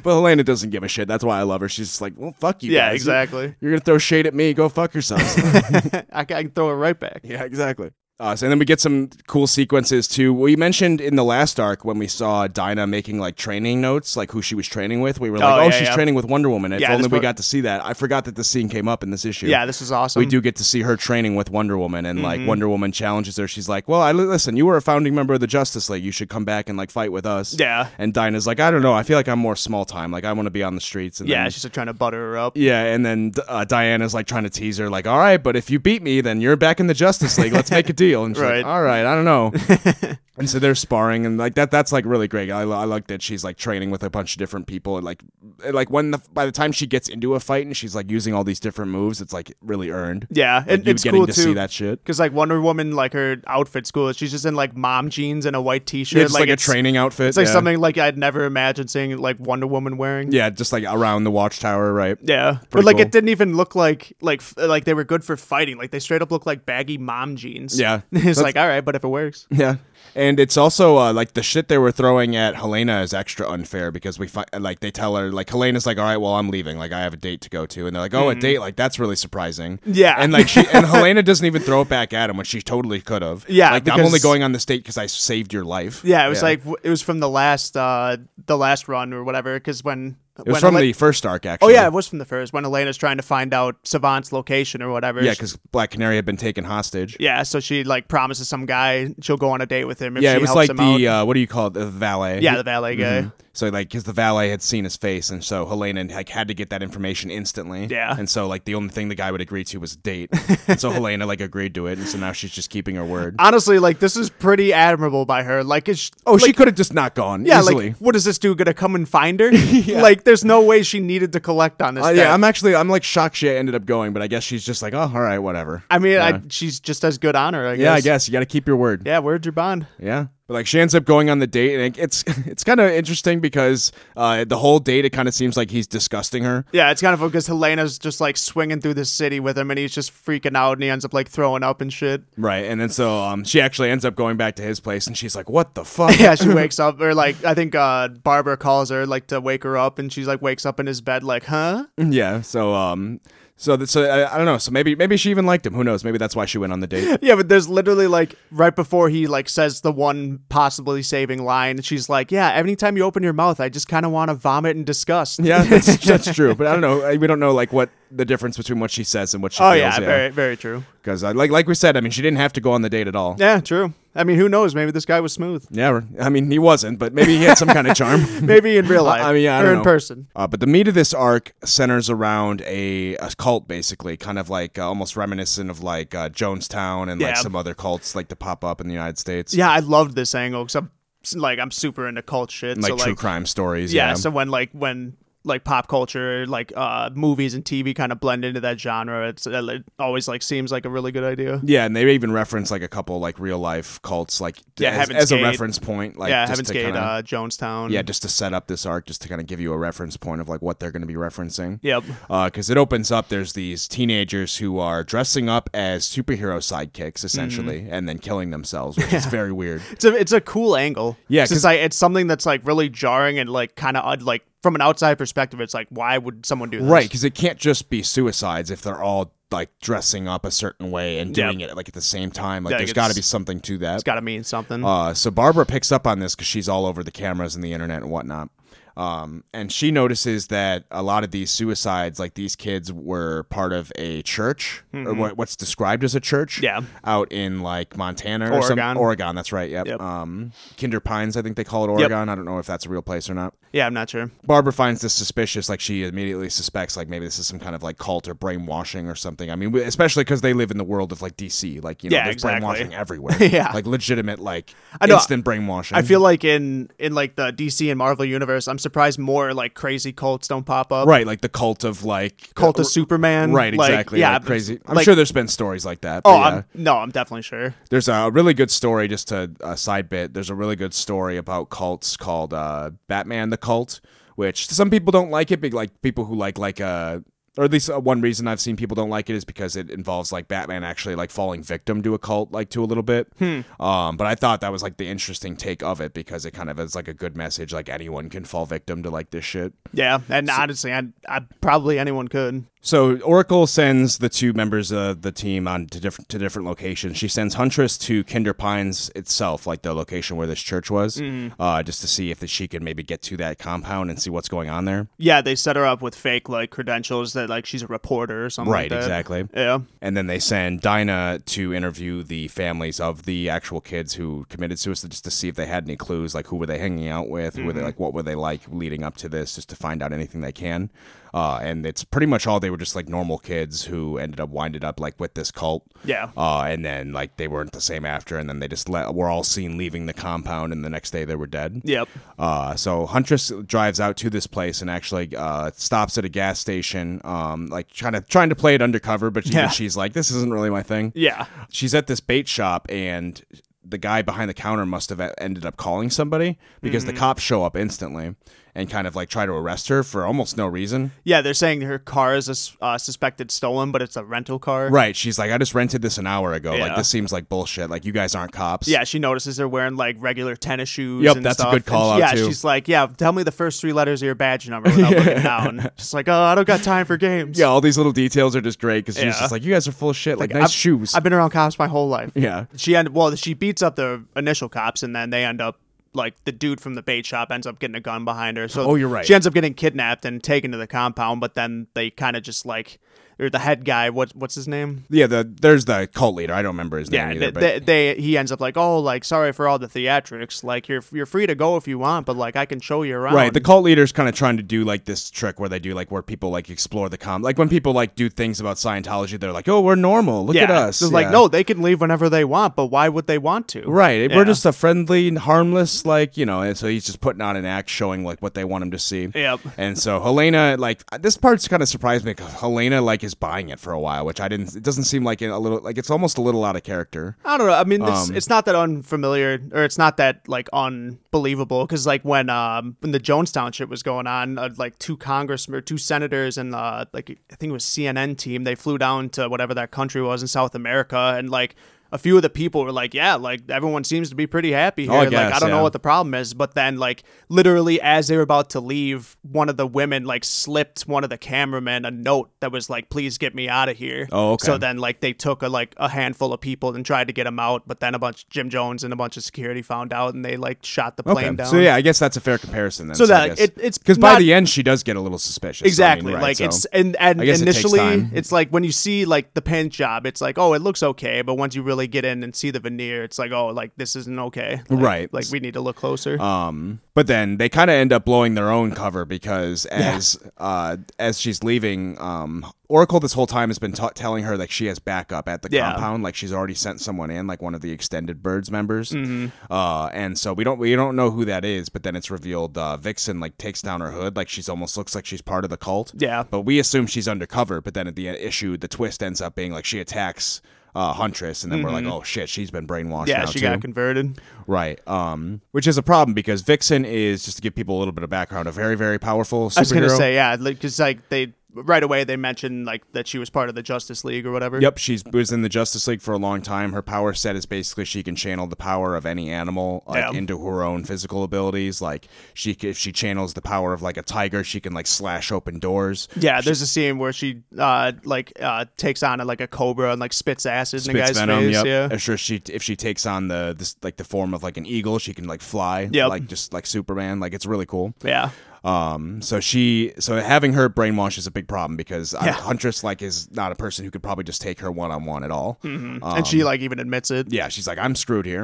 Speaker 1: but Helena doesn't give a shit. That's why I love her. She's just like, well, fuck you.
Speaker 2: Yeah,
Speaker 1: guys.
Speaker 2: exactly.
Speaker 1: You're gonna throw shade at me. Go fuck yourselves.
Speaker 2: I, ca- I can throw it right back.
Speaker 1: Yeah, exactly. Uh, so, and then we get some cool sequences too. We mentioned in the last arc when we saw Dinah making like training notes, like who she was training with. We were like, "Oh,
Speaker 2: Oh, yeah,
Speaker 1: she's
Speaker 2: yeah.
Speaker 1: training with Wonder Woman." If
Speaker 2: Yeah,
Speaker 1: only
Speaker 2: this
Speaker 1: we
Speaker 2: pro-
Speaker 1: got to see that. I forgot that this scene came up in this issue.
Speaker 2: Yeah, um, Mm-hmm. this is awesome.
Speaker 1: we do get to see her training with Wonder Woman, and like Wonder Woman challenges her. She's like, "Well, I listen. You were a founding member of the Justice League. You should come back and like fight with us."
Speaker 2: Yeah.
Speaker 1: And Dinah's like, "I don't know. I feel like I'm more small time. Like I want to be on the streets." And
Speaker 2: Yeah,
Speaker 1: then-
Speaker 2: she's just trying to butter her up.
Speaker 1: yeah, and then uh, Diana's like trying to tease her, like, "All right, but if you beat me, then you're back in the Justice League. Let's make a deal." And she's like,
Speaker 2: Right.
Speaker 1: "All right, I don't know."
Speaker 2: [LAUGHS]
Speaker 1: and so they're sparring, and like that—that's like really great. I, I like that she's like training with a bunch of different people, and like, and, like when the, by the time she gets into a fight and she's like using all these different moves, it's like really earned.
Speaker 2: Yeah,
Speaker 1: Like,
Speaker 2: and
Speaker 1: you
Speaker 2: it's
Speaker 1: getting
Speaker 2: cool
Speaker 1: to
Speaker 2: too.
Speaker 1: see that shit.
Speaker 2: Because like Wonder Woman, like her outfit's cool. She's just in like mom jeans and a white T-shirt.
Speaker 1: Yeah, just like, a
Speaker 2: it's-
Speaker 1: training outfit.
Speaker 2: It's like
Speaker 1: yeah.
Speaker 2: something like I'd never imagined seeing like Wonder Woman wearing.
Speaker 1: Yeah, just like around the watchtower, right?
Speaker 2: Yeah,
Speaker 1: Pretty
Speaker 2: but like
Speaker 1: cool.
Speaker 2: it didn't even look like like f- like they were good for fighting. Like they straight up look like baggy mom jeans.
Speaker 1: Yeah.
Speaker 2: [LAUGHS] it's
Speaker 1: That's- [LAUGHS]
Speaker 2: like all right, but if it works,
Speaker 1: Yeah. and it's also uh, like the shit they were throwing at Helena is extra unfair because we fi- like they tell her like Helena's like all right well I'm leaving like I have a date to go to and they're like oh a date like that's really surprising
Speaker 2: Mm-hmm. Yeah.
Speaker 1: and like
Speaker 2: [LAUGHS]
Speaker 1: she and Helena doesn't even throw it back at him when she totally could have
Speaker 2: Yeah,
Speaker 1: like I'm
Speaker 2: because-
Speaker 1: only going on this date because I saved your life
Speaker 2: Yeah, it was like it was from the last uh the last run or whatever. Because when
Speaker 1: it was
Speaker 2: when
Speaker 1: from
Speaker 2: Ele-
Speaker 1: the first arc
Speaker 2: oh
Speaker 1: actually
Speaker 2: yeah, it was from the first when Elena's trying to find out Savant's location or whatever.
Speaker 1: yeah
Speaker 2: She-
Speaker 1: because Black Canary had been taken hostage
Speaker 2: yeah. So she like promises some guy she'll go on a date with him. If
Speaker 1: yeah
Speaker 2: she
Speaker 1: it was
Speaker 2: helps
Speaker 1: like
Speaker 2: him
Speaker 1: the
Speaker 2: out.
Speaker 1: uh, what do you call it the Mm-hmm. valet
Speaker 2: yeah the valet guy.
Speaker 1: So like, because the valet had seen his face, and so Helena like had to get that information instantly.
Speaker 2: Yeah.
Speaker 1: And so like the only thing the guy would agree to was a
Speaker 2: [LAUGHS]
Speaker 1: date. and so Helena like agreed to it, and so now she's just keeping her word.
Speaker 2: Honestly, like this is pretty admirable by her. Like it's
Speaker 1: oh,
Speaker 2: like,
Speaker 1: she could have just not gone
Speaker 2: yeah.
Speaker 1: easily.
Speaker 2: Like what is this dude gonna come and
Speaker 1: [LAUGHS]
Speaker 2: find her? Like there's no way she needed to collect on this.
Speaker 1: Uh,
Speaker 2: debt.
Speaker 1: yeah, I'm actually I'm like shocked she ended up going, but I guess she's just like, oh, all right, whatever.
Speaker 2: I mean, I, she's just as good on her. I guess.
Speaker 1: yeah, I guess you got to keep your word.
Speaker 2: Yeah, where'd your bond?
Speaker 1: Yeah. But like she ends up going on the date and it- it's [LAUGHS] it's kind of interesting because uh, the whole date it kind of seems like he's disgusting her.
Speaker 2: Yeah, it's kind of because Helena's just like swinging through the city with him, and he's just freaking out, and he ends up like throwing up and
Speaker 1: [LAUGHS]
Speaker 2: shit.
Speaker 1: Right. And then so um she actually ends up going back to his place and she's like, "What the fuck?"
Speaker 2: Yeah, she wakes up, or like I think uh, Barbara calls her like to wake her up, and she's like wakes up in his bed, like, huh?
Speaker 1: Yeah. So um. So that so I, I don't know. So maybe maybe she even liked him. Who knows? Maybe that's why she went on the
Speaker 2: [LAUGHS]
Speaker 1: date.
Speaker 2: Yeah, but there's literally like right before he like says the one possibly saving line, she's like, yeah, anytime you open your mouth, I just kind of want to vomit in disgust.
Speaker 1: Yeah, [LAUGHS] that's that's true. But I don't know. We don't know like what the difference between what she says and what she
Speaker 2: Oh
Speaker 1: feels.
Speaker 2: yeah, very very true.
Speaker 1: Because like like we said, I mean, she didn't have to go on the date at all.
Speaker 2: Yeah, true. I mean, who knows? Maybe this guy was smooth.
Speaker 1: [LAUGHS] Yeah. I mean, he wasn't, but maybe he had some kind of charm. [LAUGHS]
Speaker 2: Maybe in real life.
Speaker 1: I mean, yeah, I
Speaker 2: or
Speaker 1: don't
Speaker 2: in
Speaker 1: know.
Speaker 2: person.
Speaker 1: Uh, but the meat of this arc centers around a, a cult, basically, kind of like uh, almost reminiscent of like uh, Jonestown and like
Speaker 2: Yeah.
Speaker 1: some other cults like to pop up in the United States.
Speaker 2: Yeah, I loved this angle because I'm like I'm super into cult shit.
Speaker 1: Like
Speaker 2: so,
Speaker 1: true
Speaker 2: like,
Speaker 1: crime stories.
Speaker 2: yeah,
Speaker 1: Yeah.
Speaker 2: so when like when like pop culture like uh movies and tv kind of blend into that genre it's uh, it always like seems like a really good idea
Speaker 1: Yeah, and they even reference like a couple like real life cults, like
Speaker 2: Yeah,
Speaker 1: as,
Speaker 2: Heaven's
Speaker 1: as a
Speaker 2: Gate.
Speaker 1: reference point, like
Speaker 2: yeah
Speaker 1: just
Speaker 2: heaven's
Speaker 1: to
Speaker 2: gate
Speaker 1: kinda-
Speaker 2: uh jonestown
Speaker 1: yeah, just to set up this arc, just to kind of give you a reference point of like what they're going to be referencing.
Speaker 2: yep
Speaker 1: Because it opens up, there's these teenagers who are dressing up as superhero sidekicks, essentially,
Speaker 2: Mm-hmm.
Speaker 1: and then killing themselves, which is very
Speaker 2: [LAUGHS]
Speaker 1: weird.
Speaker 2: it's a it's a cool angle
Speaker 1: Yeah,
Speaker 2: 'Cause it's
Speaker 1: 'cause-
Speaker 2: like it's something that's like really jarring and like kind of like from an outside perspective it's like why would someone do this
Speaker 1: Right, because it can't just be suicides if they're all like dressing up a certain way and
Speaker 2: Yeah.
Speaker 1: doing it like at the same time. Like,
Speaker 2: Yeah,
Speaker 1: there's
Speaker 2: it's-
Speaker 1: got to be something to that.
Speaker 2: it's gotta mean something
Speaker 1: Uh, so Barbara picks up on this because she's all over the cameras and the internet and whatnot. Um, and she notices that a lot of these suicides, like these kids, were part of a church, or what, what's described as a church,
Speaker 2: Mm-hmm. Yeah.
Speaker 1: out in like Montana or some-
Speaker 2: Oregon.
Speaker 1: Oregon, that's right. Yep.
Speaker 2: Yep.
Speaker 1: Um, Kinder Pines, I think they call it Oregon. I don't know if that's a real place or not.
Speaker 2: yeah i'm not sure
Speaker 1: Barbara finds this suspicious. Like she immediately suspects, like maybe this is some kind of like cult or brainwashing or something. I mean, w- especially because they live in the world of like DC, like you know,
Speaker 2: Yeah,
Speaker 1: there's
Speaker 2: exactly. [LAUGHS]
Speaker 1: brainwashing everywhere.
Speaker 2: Yeah.
Speaker 1: like legitimate, like
Speaker 2: know.
Speaker 1: instant brainwashing.
Speaker 2: I feel like in in like the DC and Marvel universe, I'm surprised more like crazy cults don't pop up.
Speaker 1: right, like the cult of like
Speaker 2: Cult
Speaker 1: uh,
Speaker 2: of Superman.
Speaker 1: Right,
Speaker 2: like,
Speaker 1: exactly.
Speaker 2: yeah,
Speaker 1: like, crazy. I'm
Speaker 2: like-
Speaker 1: sure there's been stories like that.
Speaker 2: Oh,
Speaker 1: but yeah.
Speaker 2: I'm, no, I'm definitely sure.
Speaker 1: there's a really good story. Just a, a side bit. There's a really good story about cults called uh, Batman the Cult, which some people don't like it. But like people who like like uh, or at least uh, one reason I've seen people don't like it is because it involves like Batman actually like falling victim to a cult like to a little bit. Um, but I thought that was like the interesting take of it because it kind of is like a good message. Like anyone can fall victim to like this shit.
Speaker 2: Yeah, and honestly, I, I probably anyone could.
Speaker 1: So Oracle sends the two members of the team on to different to different locations. She sends Huntress to Kinder Pines itself, like the location where this church was, uh, just to see if that she can maybe get to that compound and see what's going on there.
Speaker 2: Yeah, they set her up with fake like credentials that like she's a reporter or something.
Speaker 1: Right,
Speaker 2: like that.
Speaker 1: exactly.
Speaker 2: Yeah,
Speaker 1: And then they send Dinah to interview the families of the actual kids who committed suicide, just to see if they had any clues, like who were they hanging out with, who were they like, what were they like leading up to this, just to find out anything they can. Uh, and it's pretty much all they were just like normal kids who ended up winded up like with this cult.
Speaker 2: yeah.
Speaker 1: Uh, and then like they weren't the same after, and then they just let, were all seen leaving the compound, and the next day they were dead.
Speaker 2: Yep.
Speaker 1: Uh, so Huntress drives out to this place and actually uh, stops at a gas station, um, like trying to trying to play it undercover, but even
Speaker 2: Yeah.
Speaker 1: she's like, "This isn't really my thing."
Speaker 2: Yeah.
Speaker 1: She's at this bait shop, and e,
Speaker 2: Mm-hmm.
Speaker 1: the guy behind the counter must have ended up calling somebody because the cops show up instantly, and kind of like try to arrest her for almost no reason.
Speaker 2: Yeah, they're saying her car is uh, suspected stolen, but it's a rental car.
Speaker 1: Right. She's like, I just rented this an hour ago. Like,
Speaker 2: Yeah.
Speaker 1: this seems like bullshit. Like, you guys aren't cops.
Speaker 2: Yeah, she notices they're wearing like regular tennis shoes.
Speaker 1: Yep,
Speaker 2: and
Speaker 1: that's a
Speaker 2: stuff,
Speaker 1: good call
Speaker 2: and she-
Speaker 1: out,
Speaker 2: Yeah,
Speaker 1: too.
Speaker 2: she's like, yeah, tell me the first three letters of your badge
Speaker 1: [LAUGHS]
Speaker 2: number without looking down. She's like, oh, I don't got time for games.
Speaker 1: Yeah. All these little details are just great because she's
Speaker 2: Yeah.
Speaker 1: just like, you guys are full of shit. Like, nice
Speaker 2: I've-
Speaker 1: shoes.
Speaker 2: I've been around cops my whole life.
Speaker 1: yeah.
Speaker 2: She end well, she beats up the initial cops, and then they end up like the dude from the bait shop ends up getting a gun behind her. So
Speaker 1: Oh, you're right.
Speaker 2: She ends up getting kidnapped and taken to the compound, but then they kind of just like or the head guy. What what's his name?
Speaker 1: Yeah. The there's the cult leader. I don't remember his
Speaker 2: Yeah,
Speaker 1: name either.
Speaker 2: they,
Speaker 1: but
Speaker 2: they, they he ends up like, oh, like sorry for all the theatrics. Like you're you're free to go if you want, but like I can show you around.
Speaker 1: Right, the cult leader's kind of trying to do like this trick where they do like where people like explore the com, like when people like do things about Scientology, they're like, "Oh, we're normal. Look
Speaker 2: yeah,
Speaker 1: at us."
Speaker 2: So it's like
Speaker 1: Yeah.
Speaker 2: no, they can leave whenever they want, but why would they want to?
Speaker 1: Right.
Speaker 2: Yeah.
Speaker 1: We're just a friendly, harmless, like, you know, and so he's just putting on an act showing like what they want him to see.
Speaker 2: Yep.
Speaker 1: And so Helena, like this part's kind of surprised me because Helena like is buying it for a while, which I didn't it doesn't seem like a little like it's almost a little out of character.
Speaker 2: I don't know. I mean, it's,
Speaker 1: Um,
Speaker 2: it's not that unfamiliar, or it's not that like unbelievable. Because like when um when the Jonestown shit was going on, uh, like two congressmen, or two senators, and uh like I think it was CNN team, they flew down to whatever that country was in South America, and like a few of the people were like, yeah, like everyone seems to be pretty happy here.
Speaker 1: Oh, I
Speaker 2: like I
Speaker 1: guess,
Speaker 2: don't know
Speaker 1: yeah.
Speaker 2: what the problem is, but then like literally as they were about to leave, one of the women like slipped one of the cameramen a note that was like, please get me out of here.
Speaker 1: Oh, okay.
Speaker 2: So then, like, they took a, like a handful of people and tried to get them out, but then a bunch Jim Jones and a bunch of security found out, and they like shot the plane
Speaker 1: Okay.
Speaker 2: down.
Speaker 1: So yeah, I guess that's a fair comparison then.
Speaker 2: So that,
Speaker 1: I
Speaker 2: like,
Speaker 1: guess.
Speaker 2: it- it's
Speaker 1: because by
Speaker 2: not-
Speaker 1: the end she does get a little suspicious. I mean,
Speaker 2: exactly.
Speaker 1: right,
Speaker 2: like
Speaker 1: so-
Speaker 2: it's and and
Speaker 1: I guess it takes
Speaker 2: initially,
Speaker 1: time.
Speaker 2: it's like when you see like the paint job, it's like oh, it looks okay, but once you really get in and see the veneer, it's like oh, like this isn't okay. Like-
Speaker 1: Right.
Speaker 2: Like we need to look closer.
Speaker 1: Um, but then they kind of end up blowing their own cover because as uh, as she's leaving, um, Oracle this whole time has been ta telling her like she has backup at the
Speaker 2: Yeah.
Speaker 1: compound, like she's already sent someone in, like one of the extended birds members.
Speaker 2: Mm-hmm.
Speaker 1: Uh, and so we don't we don't know who that is, but then it's revealed uh, Vixen like takes down her hood, like she's almost looks like she's part of the cult.
Speaker 2: Yeah.
Speaker 1: but we assume she's undercover. But then at the e, issue, the twist ends up being like she attacks. Uh, Huntress, and then we're like, oh shit, she's been brainwashed.
Speaker 2: Mm-hmm. yeah,
Speaker 1: now
Speaker 2: she
Speaker 1: too.
Speaker 2: got converted.
Speaker 1: Right. Um, which is a problem because Vixen is just to give people a little bit of background, a very very powerful superhero.
Speaker 2: I was gonna say yeah, because like they right away they mentioned like that she was part of the Justice League or whatever.
Speaker 1: Yep, she's was in the Justice League for a long time. Her power set is basically she can channel the power of any animal like,
Speaker 2: Yeah.
Speaker 1: into her own physical abilities. Like she, c- if she channels the power of like a tiger, she can like slash open doors.
Speaker 2: Yeah, there's a scene where she uh like uh takes on like a cobra and like spits acid in the
Speaker 1: spits
Speaker 2: guy's
Speaker 1: venom.
Speaker 2: face.
Speaker 1: yep.
Speaker 2: Yeah.
Speaker 1: I'm sure she if she takes on the this like the form of like an eagle, she can like fly.
Speaker 2: Yep.
Speaker 1: like just like Superman. Like it's really cool.
Speaker 2: Yeah.
Speaker 1: Um, so she, so having her brainwashed is a big problem because uh
Speaker 2: Yeah.
Speaker 1: Huntress like is not a person who could probably just take her one on one at all.
Speaker 2: and she like even admits it.
Speaker 1: Um, Yeah, she's like, I'm screwed
Speaker 2: [LAUGHS]
Speaker 1: here.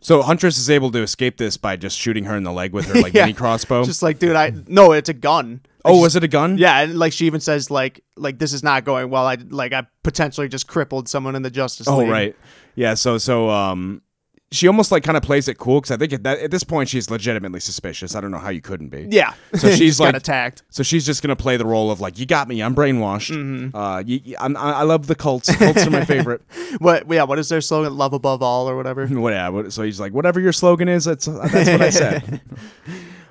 Speaker 1: so Huntress is able to escape this by just shooting her in the leg with her like
Speaker 2: [LAUGHS] Yeah.
Speaker 1: mini crossbow.
Speaker 2: Just like, dude, I no, it's a gun.
Speaker 1: oh, was it a gun?
Speaker 2: Yeah, and like she even says like like this is not going well. I like I potentially just crippled someone in the Justice
Speaker 1: Oh,
Speaker 2: League.
Speaker 1: right. Yeah. So, so, um, she almost like kind of plays it cool because I think at that at this point she's legitimately suspicious. I don't know how you couldn't be.
Speaker 2: Yeah.
Speaker 1: So
Speaker 2: [LAUGHS]
Speaker 1: she's
Speaker 2: got
Speaker 1: like-
Speaker 2: attacked.
Speaker 1: So she's just gonna play the role of like, you got me. I'm brainwashed.
Speaker 2: Mm-hmm.
Speaker 1: Uh, you, you- I'm, I I love the cults. Cults
Speaker 2: [LAUGHS]
Speaker 1: are my favorite.
Speaker 2: What yeah, what is their slogan? Love above all or whatever.
Speaker 1: What- yeah, what- so he's like, [LAUGHS] whatever your slogan is, that's that's what I
Speaker 2: [LAUGHS]
Speaker 1: said.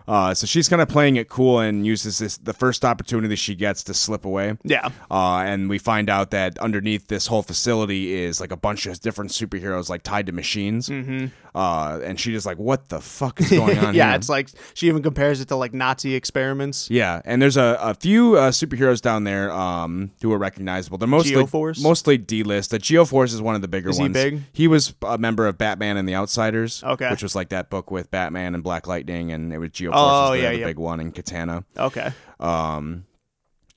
Speaker 1: Uh, so she's kind of playing it cool and uses this the first opportunity she gets to slip away.
Speaker 2: Yeah.
Speaker 1: Uh, and we find out that underneath this whole facility is like a bunch of different superheroes like tied to machines. Mm-hmm. Uh, and she just like, what the fuck
Speaker 2: [LAUGHS]
Speaker 1: is going on?
Speaker 2: yeah,
Speaker 1: here?
Speaker 2: it's like she even compares it to like Nazi experiments.
Speaker 1: Yeah, and there's a, a few uh, superheroes down there um, who are recognizable. They're mostly
Speaker 2: Geoforce?
Speaker 1: mostly D list. The Geoforce is one of the bigger
Speaker 2: Is he
Speaker 1: ones.
Speaker 2: big?
Speaker 1: He was a member of Batman and the Outsiders.
Speaker 2: Okay.
Speaker 1: which was like that book with Batman and Black Lightning, and it was Geoforce
Speaker 2: Oh,
Speaker 1: was the,
Speaker 2: yeah,
Speaker 1: the
Speaker 2: yeah.
Speaker 1: big one and Katana.
Speaker 2: Okay.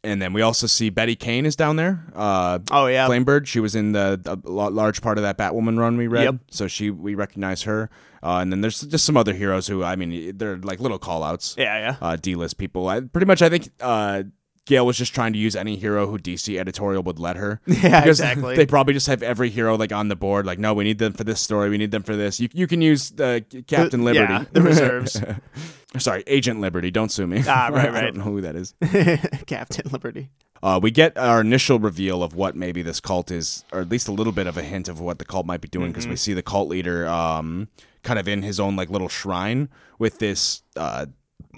Speaker 1: And then we also see Betty Kane is down there. Uh,
Speaker 2: Oh yeah.
Speaker 1: Flamebird. She was in the, the la- large part of that Batwoman run we read.
Speaker 2: Yep.
Speaker 1: So she we recognize her. Uh, and then there's just some other heroes who I mean they're like little call outs.
Speaker 2: Yeah, yeah.
Speaker 1: uh, D-list people. I, pretty much, I think uh, Gail was just trying to use any hero who DC editorial would let her.
Speaker 2: [LAUGHS] Yeah,
Speaker 1: Because
Speaker 2: exactly.
Speaker 1: They probably just have every hero like on the board. Like, no, we need them for this story. We need them for this. You you can use uh, Captain Liberty.
Speaker 2: Yeah, the reserves.
Speaker 1: [LAUGHS] Sorry, Agent Liberty. Don't sue me.
Speaker 2: Ah,
Speaker 1: [LAUGHS]
Speaker 2: right,
Speaker 1: I
Speaker 2: right.
Speaker 1: don't know who that is.
Speaker 2: [LAUGHS] Captain Liberty.
Speaker 1: Uh, we get our initial reveal of what maybe this cult is, or at least a little bit of a hint of what the cult might be doing, because
Speaker 2: Mm-hmm.
Speaker 1: we see the cult leader um, kind of in his own like little shrine with this uh,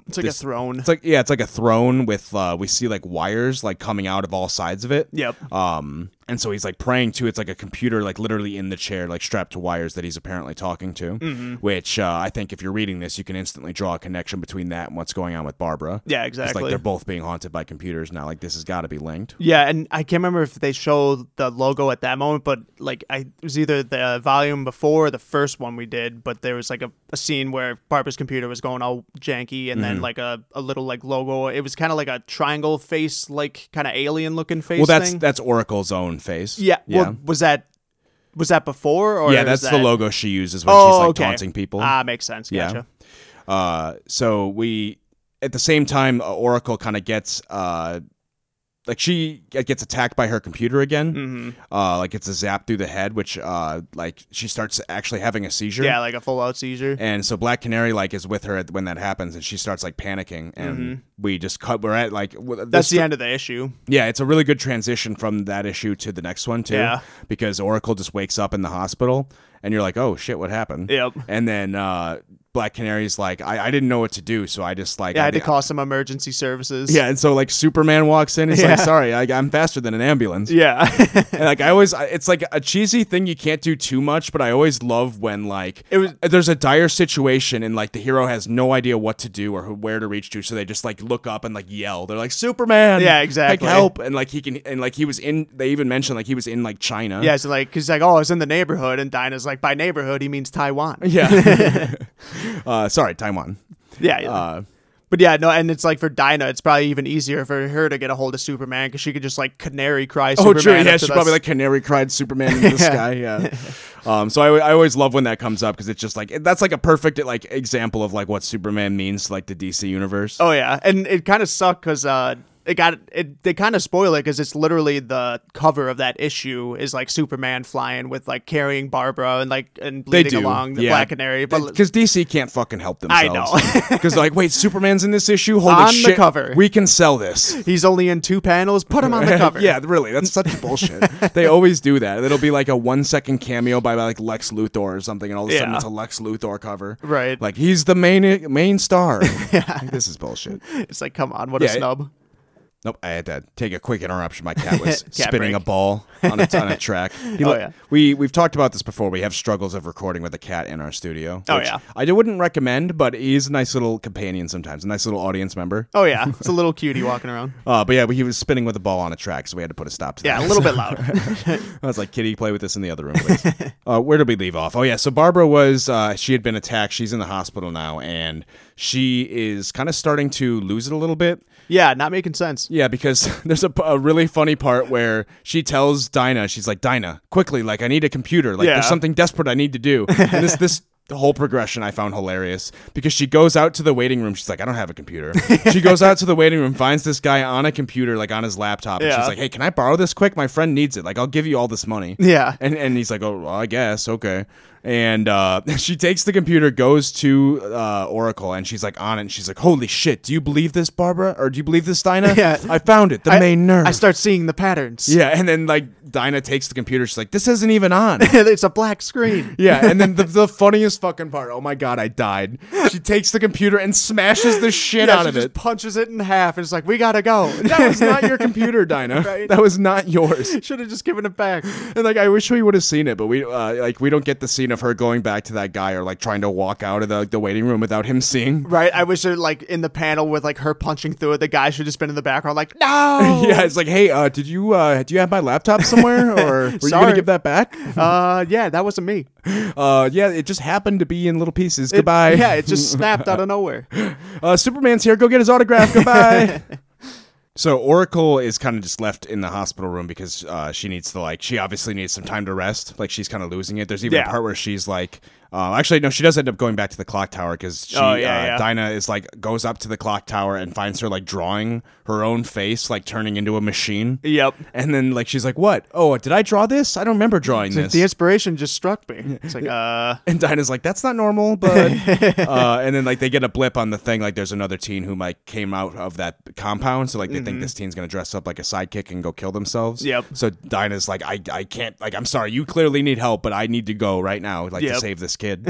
Speaker 2: It's like
Speaker 1: this-
Speaker 2: a throne.
Speaker 1: It's like yeah, it's like a throne with uh, we see like wires like coming out of all sides of it.
Speaker 2: yep.
Speaker 1: Um, and so he's like praying to it's like a computer like literally in the chair like strapped to wires that he's apparently talking to.
Speaker 2: Mm-hmm.
Speaker 1: Which uh, I think if you're reading this, you can instantly draw a connection between that and what's going on with Barbara.
Speaker 2: Yeah,
Speaker 1: It's like
Speaker 2: exactly.
Speaker 1: they're both being haunted by computers now. Like this has got to be linked.
Speaker 2: yeah, and I can't remember if they show the logo at that moment, but like I it was either the volume before or the first one we did, but there was like a, a scene where Barbara's computer was going all janky, and
Speaker 1: Mm-hmm.
Speaker 2: then like a, a little like logo. It was kind of like a triangle face, like kind of alien looking face.
Speaker 1: Well, that's
Speaker 2: thing.
Speaker 1: that's Oracle's own face.
Speaker 2: yeah.
Speaker 1: yeah,
Speaker 2: Well, was that was that before or
Speaker 1: yeah.
Speaker 2: is
Speaker 1: That's the
Speaker 2: that-
Speaker 1: logo she uses when
Speaker 2: Oh,
Speaker 1: she's like
Speaker 2: okay.
Speaker 1: taunting people.
Speaker 2: Ah, makes sense.
Speaker 1: Yeah.
Speaker 2: Gotcha.
Speaker 1: Uh, so we at the same time uh, Oracle kind of gets uh like she uh, gets attacked by her computer again.
Speaker 2: hmm
Speaker 1: Uh like it's a zap through the head which uh like she starts actually having a seizure.
Speaker 2: Yeah, like a full out seizure.
Speaker 1: And so Black Canary like is with her at- when that happens and she starts like panicking and we just cut we're at like w-
Speaker 2: Mm-hmm. That's
Speaker 1: this,
Speaker 2: the end of the issue.
Speaker 1: yeah, it's a really good transition from that issue to the next one too
Speaker 2: Yeah.
Speaker 1: because Oracle just wakes up in the hospital and you're like, "Oh shit, what happened?"
Speaker 2: Yep.
Speaker 1: And then uh Black Canary's like, I, I didn't know what to do, so I just like
Speaker 2: Yeah, I had to
Speaker 1: di-
Speaker 2: call some emergency
Speaker 1: [LAUGHS]
Speaker 2: services.
Speaker 1: Yeah, and so like Superman walks in, he's like, "Sorry, I, I'm faster than an ambulance."
Speaker 2: [LAUGHS] Yeah.
Speaker 1: And like I always, I- it's like a cheesy thing you can't do too much, but I always love when like uh,
Speaker 2: It was-
Speaker 1: there's a dire situation and like the hero has no idea what to do or who, where to reach to, so they just like look up and like yell. They're like, "Superman!"
Speaker 2: Yeah,
Speaker 1: like,
Speaker 2: exactly.
Speaker 1: help! And like he can, and like he was in. They even mentioned like he was in like China.
Speaker 2: Yeah, so like, cause like, oh, I was in the neighborhood, and Dinah's like, by neighborhood, he means Taiwan.
Speaker 1: [LAUGHS] yeah. uh, sorry, Taiwan.
Speaker 2: [LAUGHS] Yeah, yeah.
Speaker 1: Uh,
Speaker 2: but yeah, no, and it's like for Dinah, it's probably even easier for her to get a hold of Superman because she could just like canary cry.
Speaker 1: Oh,
Speaker 2: Superman
Speaker 1: true. Yeah,
Speaker 2: up
Speaker 1: she
Speaker 2: to the
Speaker 1: probably
Speaker 2: s-
Speaker 1: like canary cried Superman into the sky. [LAUGHS] Yeah. Um, so I, I always love when that comes up because it's just like that's like a perfect like example of like what Superman means to, like the DC universe.
Speaker 2: Oh yeah, and it kind of sucked because uh, it got it. They kind of spoil it because it's literally the cover of that issue is like Superman flying with like carrying Barbara and like and
Speaker 1: they
Speaker 2: bleeding
Speaker 1: do
Speaker 2: along the
Speaker 1: yeah.
Speaker 2: Black Canary, but
Speaker 1: because DC can't fucking help
Speaker 2: I
Speaker 1: themselves.
Speaker 2: know.
Speaker 1: Because like, wait, Superman's in this issue. Holy
Speaker 2: On the
Speaker 1: shit,
Speaker 2: cover.
Speaker 1: we can sell this.
Speaker 2: he's only in two panels. Put him on the [LAUGHS]
Speaker 1: [LAUGHS]
Speaker 2: cover.
Speaker 1: yeah, really, that's such bullshit. they always do that. It'll be like a one second cameo by like Lex Luthor or something, and all of a sudden
Speaker 2: Yeah.
Speaker 1: it's a Lex Luthor cover.
Speaker 2: Right.
Speaker 1: Like he's the main main star.
Speaker 2: [LAUGHS]
Speaker 1: Like, this is bullshit.
Speaker 2: it's like, come on, what a
Speaker 1: Yeah, it-
Speaker 2: snub.
Speaker 1: Nope, I had to take a quick interruption. My cat was
Speaker 2: [LAUGHS] Cat
Speaker 1: spinning
Speaker 2: break.
Speaker 1: a
Speaker 2: [LAUGHS]
Speaker 1: ball on a, on a track. He
Speaker 2: Oh,
Speaker 1: li-
Speaker 2: yeah.
Speaker 1: We we've talked about this before. We have struggles of recording with a cat in our studio.
Speaker 2: Oh,
Speaker 1: which
Speaker 2: yeah.
Speaker 1: I d- wouldn't recommend, but he's a nice little companion sometimes, a nice little audience member.
Speaker 2: Oh yeah, it's a little cutie
Speaker 1: [LAUGHS]
Speaker 2: walking around.
Speaker 1: Uh, but yeah, but he was spinning with a ball on a track, so we had to put a stop to that.
Speaker 2: Yeah, a little bit loud.
Speaker 1: [LAUGHS] I was like, "Kitty, play with this in the other room, please."
Speaker 2: [LAUGHS]
Speaker 1: uh, where did we leave off? Oh yeah, so Barbara was uh, she had been attacked. She's in the hospital now, and she is kind of starting to lose it a little bit.
Speaker 2: Yeah, not making sense.
Speaker 1: Yeah, because [LAUGHS] there's a, p- a really funny part where she tells Dinah, she's like, Dinah, quickly, like, I need a computer. Like,
Speaker 2: Yeah.
Speaker 1: there's something desperate I need to do. And this, this whole progression I found hilarious because she goes out to the waiting room. She's like, I don't have a
Speaker 2: [LAUGHS]
Speaker 1: computer. she goes out to the waiting room, finds this guy on a computer, like, on his laptop. And
Speaker 2: Yeah.
Speaker 1: she's like, hey, can I borrow this quick? My friend needs it. Like, I'll give you all this money.
Speaker 2: Yeah.
Speaker 1: And, and he's like, oh, well, I guess. Okay. And uh, [LAUGHS] she takes the computer, goes to uh, Oracle, and she's like on it. And she's like, holy shit, do you believe this, Barbara? Or do you believe this, Dinah?
Speaker 2: [LAUGHS] Yeah.
Speaker 1: I found it, the
Speaker 2: I-
Speaker 1: main nerve.
Speaker 2: I start seeing the patterns.
Speaker 1: yeah. And then, like, Dinah takes the computer. She's like, this isn't even
Speaker 2: [LAUGHS]
Speaker 1: on.
Speaker 2: [LAUGHS] it's a black screen. [LAUGHS]
Speaker 1: yeah. And then the, the funniest fucking part oh my God, I died. She takes the computer and smashes the shit
Speaker 2: Yeah,
Speaker 1: out
Speaker 2: she
Speaker 1: of
Speaker 2: just
Speaker 1: it.
Speaker 2: punches it in half and it's like, we
Speaker 1: [LAUGHS]
Speaker 2: gotta go.
Speaker 1: That was not your computer, Dinah.
Speaker 2: [LAUGHS] Right.
Speaker 1: That was not yours.
Speaker 2: Should have just given it back.
Speaker 1: And like, I wish we would have seen it, but we uh, like we don't get the scene of her going back to that guy or like trying to walk out of the, the waiting room without him seeing.
Speaker 2: Right? I wish it like in the panel with like her punching through it, the guy should have just been in the background like, no.
Speaker 1: [LAUGHS] Yeah, it's like, hey, uh, did you uh, do you have my laptop somewhere, or
Speaker 2: [LAUGHS]
Speaker 1: were you gonna
Speaker 2: Sorry.
Speaker 1: give that back?
Speaker 2: Uh yeah, that wasn't me.
Speaker 1: Uh, yeah, it just happened to be in little pieces.
Speaker 2: It-
Speaker 1: Goodbye.
Speaker 2: [LAUGHS] yeah, it just snapped out
Speaker 1: [LAUGHS]
Speaker 2: of nowhere.
Speaker 1: uh, Superman's here. Go get his autograph.
Speaker 2: [LAUGHS]
Speaker 1: Goodbye. So Oracle is kind of just left in the hospital room because uh, she needs to like she obviously needs some time to rest. Like she's kind of losing it. There's even a
Speaker 2: Yeah.
Speaker 1: part where she's like, uh, actually no, she does end up going back to the clock tower because she
Speaker 2: Oh, yeah,
Speaker 1: uh,
Speaker 2: yeah.
Speaker 1: Dinah is like goes up to the clock tower and finds her like drawing her own face, like turning into a machine.
Speaker 2: Yep.
Speaker 1: And then like she's like, "What? Oh, did I draw this? I don't remember drawing this."
Speaker 2: The inspiration just struck me.
Speaker 1: [LAUGHS]
Speaker 2: It's like, uh
Speaker 1: and Dinah's like, "That's not normal." But
Speaker 2: [LAUGHS]
Speaker 1: uh, and then like they get a blip on the thing. Like there's another teen who like came out of that compound, so like they think this teen's gonna dress up like a sidekick and go kill themselves.
Speaker 2: Mm-hmm. Yep.
Speaker 1: So Dinah's like, "I I can't. Like I'm sorry. You clearly need help, but I need to go right now. Like to
Speaker 2: Yep.
Speaker 1: save this
Speaker 2: [LAUGHS]
Speaker 1: kid,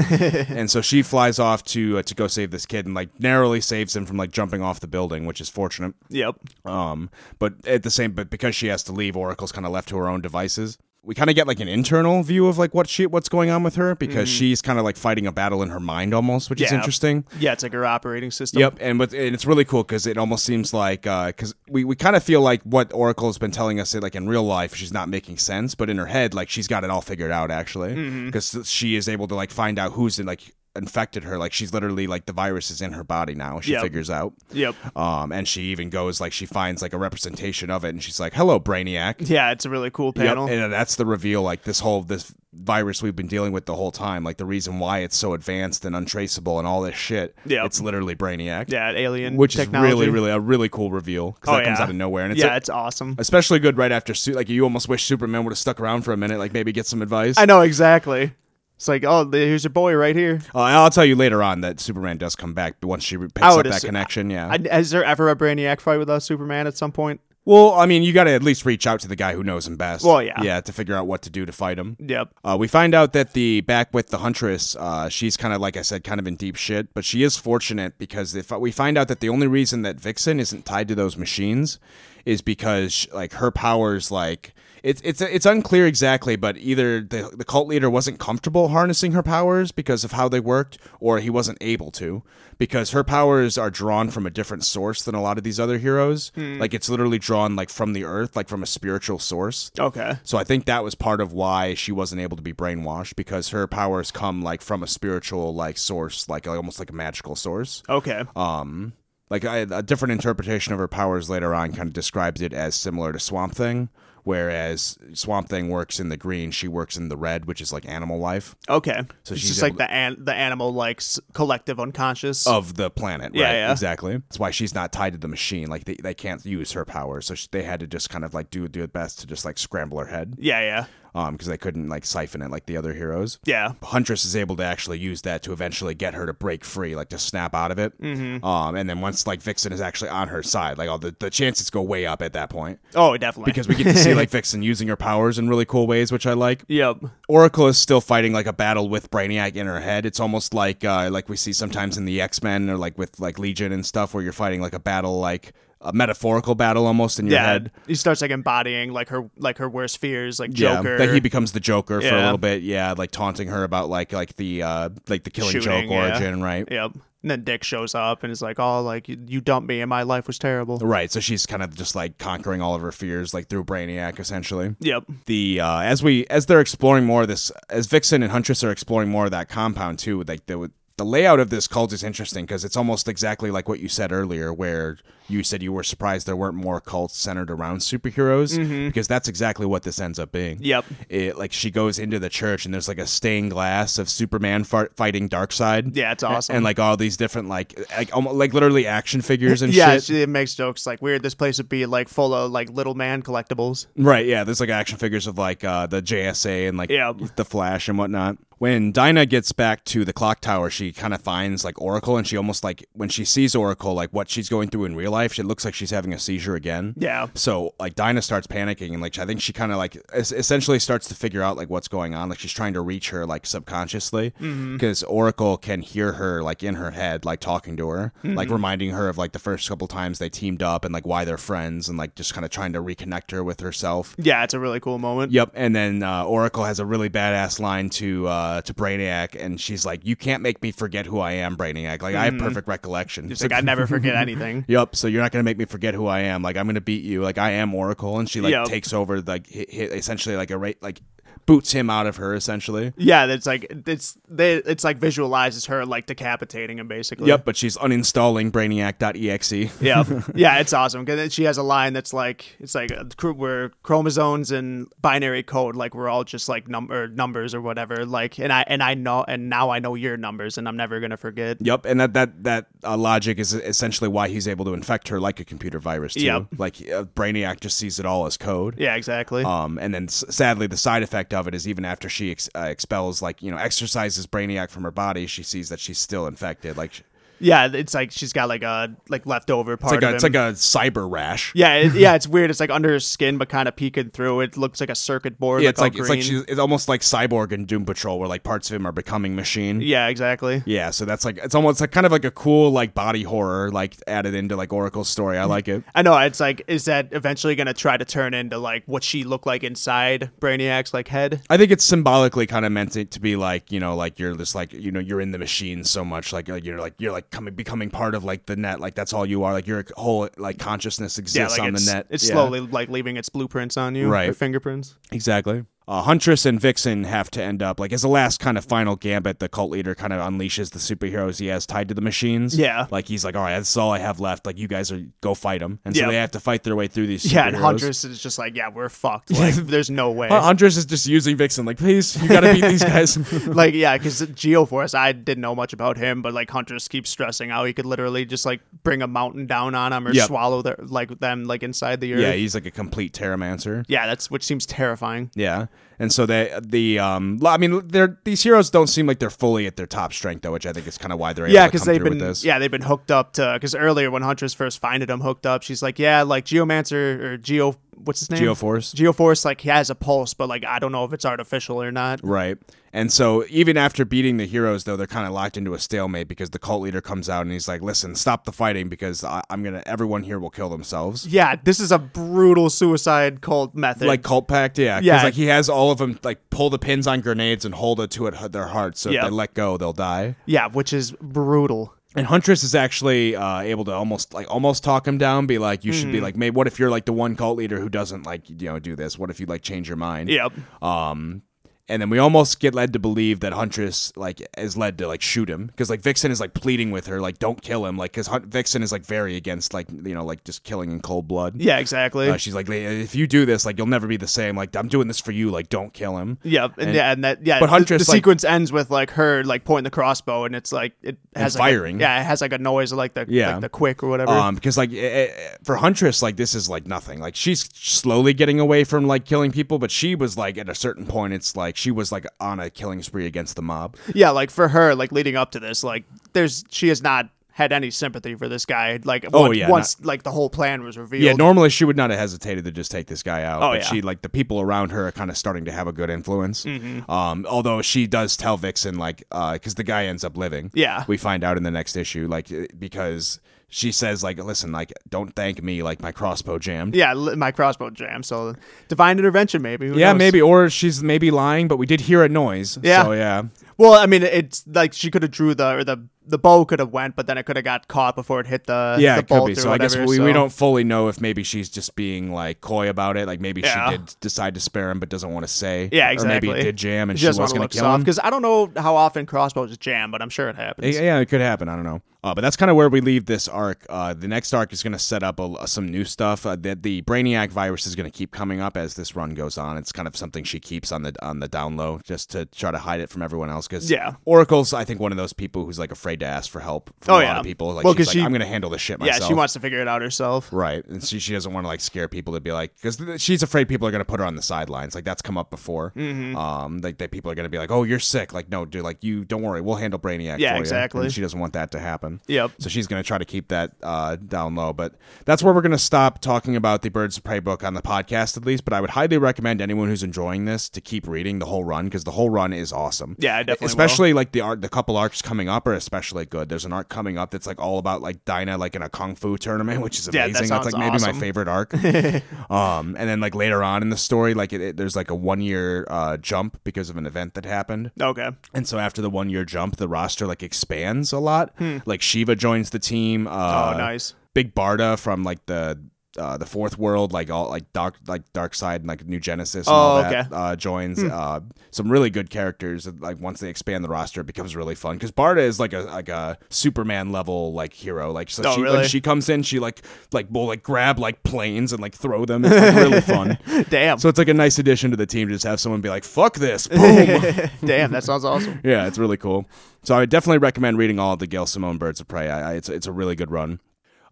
Speaker 1: and so she flies off to uh, to go save this kid and like narrowly saves him from like jumping off the building, which is fortunate.
Speaker 2: Yep.
Speaker 1: Um, but at the same, but because she has to leave, Oracle's kind of left to her own devices. We kind of get like an internal view of like what she what's going on with her because she's kind of like fighting a battle in her mind almost, which is
Speaker 2: Mm-hmm. Yeah.
Speaker 1: interesting.
Speaker 2: Yeah, it's like her operating system.
Speaker 1: Yep, and with and it's really cool because it almost seems like because we, we kind of feel like what Oracle has been telling us like in real life she's not making sense, but in her head like she's got it all figured out actually
Speaker 2: Mm-hmm.
Speaker 1: because she is able to like find out who's in, like infected her like she's literally like the virus is in her body now she
Speaker 2: Yep.
Speaker 1: figures out
Speaker 2: Yep.
Speaker 1: um and she even goes like she finds like a representation of it and she's like hello brainiac
Speaker 2: Yeah, it's a really cool
Speaker 1: Yep,
Speaker 2: panel.
Speaker 1: and that's the reveal like this whole this virus we've been dealing with the whole time like the reason why it's so advanced and untraceable and all this shit
Speaker 2: Yep.
Speaker 1: it's literally brainiac
Speaker 2: yeah, alien
Speaker 1: which
Speaker 2: technology.
Speaker 1: is really really a really cool reveal because
Speaker 2: Oh,
Speaker 1: that comes
Speaker 2: yeah.
Speaker 1: out of nowhere and it's
Speaker 2: yeah,
Speaker 1: like,
Speaker 2: it's awesome.
Speaker 1: especially good right after Su- like you almost wish superman would have stuck around for a minute like maybe get some advice
Speaker 2: I know exactly. It's like, oh, th- here's your boy right here.
Speaker 1: uh, i'll tell you later on that superman does come back but once she re- picks
Speaker 2: I
Speaker 1: up
Speaker 2: would
Speaker 1: that
Speaker 2: assu-
Speaker 1: connection yeah
Speaker 2: I, is there ever a Brainiac fight without Superman at some point?
Speaker 1: well i mean you got to at least reach out to the guy who knows him best
Speaker 2: Well, yeah.
Speaker 1: yeah to figure out what to do to fight him
Speaker 2: Yep.
Speaker 1: Uh, we find out that the back with the huntress, uh, she's kind of like I said, kind of in deep shit, but she is fortunate because if we find out that the only reason that Vixen isn't tied to those machines is because like her powers, like it's it's it's unclear exactly, but either the the cult leader wasn't comfortable harnessing her powers because of how they worked, or he wasn't able to because her powers are drawn from a different source than a lot of these other heroes. Like it's literally drawn like from the earth, like from a spiritual source.
Speaker 2: Okay.
Speaker 1: So I think that was part of why she wasn't able to be brainwashed because her powers come like from a spiritual like source, like almost like a magical source.
Speaker 2: Okay.
Speaker 1: Um, like I, a different interpretation of her powers later on kind of describes it as similar to Swamp Thing, whereas Swamp Thing works in the green, she works in the red, which is like animal life
Speaker 2: Okay. So
Speaker 1: she's
Speaker 2: she's just
Speaker 1: able Oh.
Speaker 2: like the an- the animal like s- collective unconscious.
Speaker 1: of the planet.
Speaker 2: Yeah,
Speaker 1: right?
Speaker 2: yeah.
Speaker 1: exactly. That's why she's not tied to the machine. Like they, they can't use her powers, so she, they had to just kind of like do do it best to just like scramble her head,
Speaker 2: Yeah, yeah,
Speaker 1: um, because they couldn't like siphon it like the other heroes.
Speaker 2: yeah.
Speaker 1: Huntress is able to actually use that to eventually get her to break free, like to snap out of it. Mm-hmm. Um, and then once like Vixen is actually on her side, like all the, the chances go way up at that
Speaker 2: [LAUGHS]
Speaker 1: point
Speaker 2: Oh, definitely.
Speaker 1: because we get to
Speaker 2: [LAUGHS]
Speaker 1: see like Vixen using her powers in really cool ways, which I like.
Speaker 2: yep.
Speaker 1: Oracle is still fighting like a battle with Brainiac in her head. It's almost like uh, like we see sometimes in the X Men or like with like Legion and stuff, where you're fighting like a battle, like a metaphorical battle almost in your
Speaker 2: Yeah,
Speaker 1: head.
Speaker 2: he starts like embodying like her like her worst fears, like Joker.
Speaker 1: Yeah, that he becomes the Joker for a
Speaker 2: Yeah.
Speaker 1: little bit. Yeah, like taunting her about like like the uh like the Killing
Speaker 2: Shooting,
Speaker 1: Joke
Speaker 2: yeah.
Speaker 1: origin, right?
Speaker 2: yep. And then Dick shows up and is like, "Oh, like you, you dumped me, and my life was terrible."
Speaker 1: Right. So she's kind of just like conquering all of her fears, like through Brainiac, essentially.
Speaker 2: Yep.
Speaker 1: The uh, as we as they're exploring more of this, as Vixen and Huntress are exploring more of that compound too, like the the layout of this cult is interesting because it's almost exactly like what you said earlier, where you said you were surprised there weren't more cults centered around superheroes, because that's exactly what this ends up being.
Speaker 2: Mm-hmm. Yep.
Speaker 1: It, like she goes into the church and there's like a stained glass of Superman far- fighting Darkseid.
Speaker 2: Yeah, it's
Speaker 1: A-
Speaker 2: awesome.
Speaker 1: And, like all these different like like almost, like literally action figures and
Speaker 2: [LAUGHS] yeah,
Speaker 1: shit.
Speaker 2: she it makes jokes like, "Weird, this place would be like full of like little man collectibles."
Speaker 1: Right, yeah. There's like action figures of like uh, the JSA and like
Speaker 2: Yeah.
Speaker 1: the Flash and whatnot. When Dinah gets back to the clock tower, she kind of finds like Oracle, and she almost like when she sees Oracle, like what she's going through in real life, she it looks like she's having a seizure again.
Speaker 2: Yeah.
Speaker 1: So like Dinah starts panicking, and like I think she kind of like es- essentially starts to figure out like what's going on. Like she's trying to reach her like subconsciously because Oracle can hear her like in her head, like talking to her, like reminding her of like the first couple times they teamed up and like why they're friends, and like just kind of trying to reconnect her with herself.
Speaker 2: Yeah, it's a really cool moment.
Speaker 1: Yep, and then uh, Oracle has a really badass line to uh, to Brainiac, and she's like, "You can't make me forget who I am, Brainiac. Like I have perfect recollection."
Speaker 2: It's like
Speaker 1: [LAUGHS]
Speaker 2: I never forget anything.
Speaker 1: Yep. So you're not gonna make me forget who I am. Like I'm gonna beat you. Like I am Oracle, and she like
Speaker 2: Yep.
Speaker 1: takes over. Like hi hi essentially like a ra- like boots him out of her essentially.
Speaker 2: Yeah, that's like it's they it's like visualizes her like decapitating him basically.
Speaker 1: Yep. But she's uninstalling E Brainiac.exe. [LAUGHS]
Speaker 2: Yeah, yeah, it's awesome. Cause then she has a line that's like, it's like uh, cr- we're chromosomes and binary code, like we're all just like number numbers or whatever. Like, and I and I know, and now I know your numbers, and I'm never gonna forget.
Speaker 1: Yep, and that that that uh, logic is essentially why he's able to infect her like a computer virus too.
Speaker 2: Yep.
Speaker 1: Like uh, Brainiac just sees it all as code.
Speaker 2: Yeah, exactly.
Speaker 1: Um, and then s- sadly, the side effect of it is even after she ex- uh, expels, like, you know, exercises Brainiac from her body, she sees that she's still infected. Like, sh-
Speaker 2: yeah, it's like she's got like a like leftover
Speaker 1: It's
Speaker 2: part
Speaker 1: like a,
Speaker 2: of
Speaker 1: it's
Speaker 2: him.
Speaker 1: like a cyber rash.
Speaker 2: yeah, it, yeah, it's weird. It's like under his skin, but kind of peeking through. It looks like a circuit board.
Speaker 1: Yeah, it's like
Speaker 2: all
Speaker 1: it's like
Speaker 2: green.
Speaker 1: she's it's almost like Cyborg in Doom Patrol, where like parts of him are becoming machine.
Speaker 2: Yeah, exactly.
Speaker 1: Yeah, so that's like it's almost like kind of like a cool like body horror like added into like Oracle's story.
Speaker 2: Mm-hmm.
Speaker 1: I like it.
Speaker 2: I know. It's like, is that eventually gonna try to turn into like what she looked like inside Brainiac's like head?
Speaker 1: I think it's symbolically kind of meant it to be like you know like you're just like you know you're in the machine so much like you're like you're like coming becoming part of like the net like that's all you are like your whole like consciousness
Speaker 2: Yeah,
Speaker 1: exists
Speaker 2: like
Speaker 1: on the
Speaker 2: it's,
Speaker 1: net.
Speaker 2: it's
Speaker 1: Yeah.
Speaker 2: slowly like leaving its blueprints on you, Or
Speaker 1: Right.
Speaker 2: fingerprints.
Speaker 1: Exactly. Uh, Huntress and Vixen have to end up like as the last kind of final gambit. The cult leader kind of unleashes the superheroes he has tied to the machines.
Speaker 2: Yeah.
Speaker 1: like he's like, all right, that's all I have left. Like you guys are go fight him, and
Speaker 2: Yeah.
Speaker 1: so they have to fight their way through these.
Speaker 2: Yeah, and
Speaker 1: superheroes.
Speaker 2: Huntress is just like, yeah, we're
Speaker 1: [LAUGHS]
Speaker 2: fucked. Like, there's no way. [LAUGHS]
Speaker 1: Uh, Huntress is just using Vixen. Like, please, you gotta beat these guys.
Speaker 2: like, yeah, because Geoforce, I didn't know much about him, but like Huntress keeps stressing how he could literally just like bring a mountain down on him or
Speaker 1: Yep.
Speaker 2: swallow their, like them like inside the earth.
Speaker 1: yeah, he's like a complete terramancer.
Speaker 2: Yeah, that's which seems terrifying.
Speaker 1: Yeah, and so they the um, I mean, they're these heroes don't seem like they're fully at their top strength though, which I think is kind of why they're able
Speaker 2: Yeah,
Speaker 1: to
Speaker 2: because
Speaker 1: come
Speaker 2: they've
Speaker 1: through
Speaker 2: been
Speaker 1: with this.
Speaker 2: yeah they've been hooked up to because earlier when Huntress first finded him hooked up, she's like, yeah, like Geomancer or Geo, what's his name?
Speaker 1: Geoforce.
Speaker 2: Geoforce, like he has a pulse, but like I don't know if it's artificial or not.
Speaker 1: Right. And so even after beating the heroes, though, they're kind of locked into a stalemate because the cult leader comes out and he's like, "Listen, stop the fighting because I- I'm gonna. Everyone here will kill themselves."
Speaker 2: Yeah, this is a brutal suicide cult method.
Speaker 1: Like cult pact, yeah. 'Cause,
Speaker 2: Yeah.
Speaker 1: like he has all of them like pull the pins on grenades and hold it to it, their hearts. So
Speaker 2: Yeah.
Speaker 1: if they let go, they'll die.
Speaker 2: yeah, which is brutal.
Speaker 1: And Huntress is actually uh, able to almost like almost talk him down, be like, "You should
Speaker 2: Hmm.
Speaker 1: be like, maybe what if you're like the one cult leader who doesn't like you know do this? What if you like change your mind?"
Speaker 2: Yep.
Speaker 1: Um, and then we almost get led to believe that Huntress like is led to like shoot him because like Vixen is like pleading with her like don't kill him like because Hun- Vixen is like very against like you know like just killing in cold blood.
Speaker 2: Yeah, exactly.
Speaker 1: Uh, she's like if you do this like you'll never be the same like I'm doing this for you like don't kill him.
Speaker 2: Yeah, and, yeah, and that yeah.
Speaker 1: but
Speaker 2: the-
Speaker 1: Huntress,
Speaker 2: the,
Speaker 1: like-
Speaker 2: sequence ends with like her like pointing the crossbow, and it's like it has like, a-
Speaker 1: firing.
Speaker 2: yeah, it has like a noise of like the
Speaker 1: Yeah.
Speaker 2: like the quick or whatever.
Speaker 1: Um, because like eh, eh, eh, for Huntress, like this is like nothing. Like she's slowly getting away from like killing people, but she was like at a certain point, it's like she was like on a killing spree against the mob.
Speaker 2: yeah, like for her, like leading up to this, like there's she has not had any sympathy for this guy. Like
Speaker 1: Oh,
Speaker 2: once,
Speaker 1: yeah,
Speaker 2: once like the whole plan was revealed.
Speaker 1: Yeah, normally she would not have hesitated to just take this guy out.
Speaker 2: Oh,
Speaker 1: but
Speaker 2: yeah.
Speaker 1: she like the people around her are kind of starting to have a good influence.
Speaker 2: Mm-hmm.
Speaker 1: Um, although she does tell Vixen like because the guy ends up living.
Speaker 2: Yeah.
Speaker 1: we find out in the next issue like eh, because she says like listen like don't thank me like my crossbow jammed.
Speaker 2: yeah, li- my crossbow jam. So divine intervention, maybe. who
Speaker 1: Yeah,
Speaker 2: knows?
Speaker 1: maybe or she's maybe lying, but we did hear a noise.
Speaker 2: Yeah.
Speaker 1: so, yeah.
Speaker 2: Well, I mean, it's like she could have drew the or the the bow could have went, but then it could have got caught before it hit the
Speaker 1: yeah,
Speaker 2: the
Speaker 1: it could
Speaker 2: bolt
Speaker 1: be.
Speaker 2: or
Speaker 1: So I guess
Speaker 2: whatever,
Speaker 1: we,
Speaker 2: so-
Speaker 1: we don't fully know if maybe she's just being like coy about it. Like maybe
Speaker 2: Yeah.
Speaker 1: she did decide to spare him, but doesn't want to say.
Speaker 2: Yeah,
Speaker 1: Or maybe
Speaker 2: exactly.
Speaker 1: it did jam and
Speaker 2: She
Speaker 1: she,
Speaker 2: just
Speaker 1: was
Speaker 2: want to
Speaker 1: going
Speaker 2: look
Speaker 1: to kill
Speaker 2: soft
Speaker 1: him.
Speaker 2: because I don't know how often crossbows jam, but I'm sure it happens.
Speaker 1: Yeah, yeah, it could happen. I don't know. Uh, but that's kind of where we leave this arc. Uh, the next arc is going to set up a, some new stuff. Uh, the, the Brainiac virus is going to keep coming up as this run goes on. It's kind of something she keeps on the on the down low just to try to hide it from everyone else. Because
Speaker 2: Yeah.
Speaker 1: Oracle's, I think, one of those people who's like afraid to ask for help from a
Speaker 2: Oh,
Speaker 1: lot
Speaker 2: yeah.
Speaker 1: of people. Like,
Speaker 2: Well,
Speaker 1: she's
Speaker 2: 'cause
Speaker 1: like,
Speaker 2: she-
Speaker 1: I'm going to handle this shit
Speaker 2: Yeah,
Speaker 1: myself.
Speaker 2: she wants to figure it out herself.
Speaker 1: Right. And she, she doesn't want to like scare people to be like, because she's afraid people are going to put her on the sidelines. Like that's come up before.
Speaker 2: Mm-hmm.
Speaker 1: Um, like that people are going to be like, oh, you're sick. Like, no, dude, like you don't worry. We'll handle Brainiac.
Speaker 2: Yeah,
Speaker 1: for you.
Speaker 2: exactly.
Speaker 1: And she doesn't want that to happen.
Speaker 2: Yep.
Speaker 1: So she's going to try to keep that uh, down low. But that's where we're going to stop talking about the Birds of Prey book on the podcast, at least. But I would highly recommend anyone who's enjoying this to keep reading the whole run because the whole run is awesome. E,
Speaker 2: Yeah, I definitely will.
Speaker 1: Especially like the art, the couple arcs coming up are especially good. There's an arc coming up that's like all about like Dinah, like in a kung fu tournament, [LAUGHS] which is
Speaker 2: Yeah, that
Speaker 1: amazing. that's
Speaker 2: sounds
Speaker 1: like maybe
Speaker 2: awesome.
Speaker 1: my favorite arc.
Speaker 2: [LAUGHS]
Speaker 1: um, and then like later on in the story, like it, it, there's like a one year uh, jump because of an event that happened.
Speaker 2: Okay.
Speaker 1: And so after the one year jump, the roster like expands a lot. Like Shiva joins the team. Uh,
Speaker 2: Hmm. oh, nice. [LAUGHS]
Speaker 1: Big Barda from like the uh, the fourth world, like all like dark like Dark Side and like New Genesis and all
Speaker 2: Oh,
Speaker 1: that
Speaker 2: okay.
Speaker 1: uh, joins. Uh, some really good characters. and, Like once they expand the roster, it becomes really fun because Barda is like a like a Superman level like hero. Like so
Speaker 2: Oh,
Speaker 1: she when
Speaker 2: really?
Speaker 1: she comes in, she like like will like grab like planes and like throw them. It's like,
Speaker 2: [LAUGHS]
Speaker 1: really fun.
Speaker 2: Damn. [LAUGHS]
Speaker 1: So it's like a nice addition to the team to just have someone be like, "Fuck this!" Boom.
Speaker 2: Damn, that
Speaker 1: [LAUGHS]
Speaker 2: sounds awesome.
Speaker 1: yeah, it's really cool. So I would definitely recommend reading all of the Gail Simone Birds of Prey. I, I, it's it's a really good run.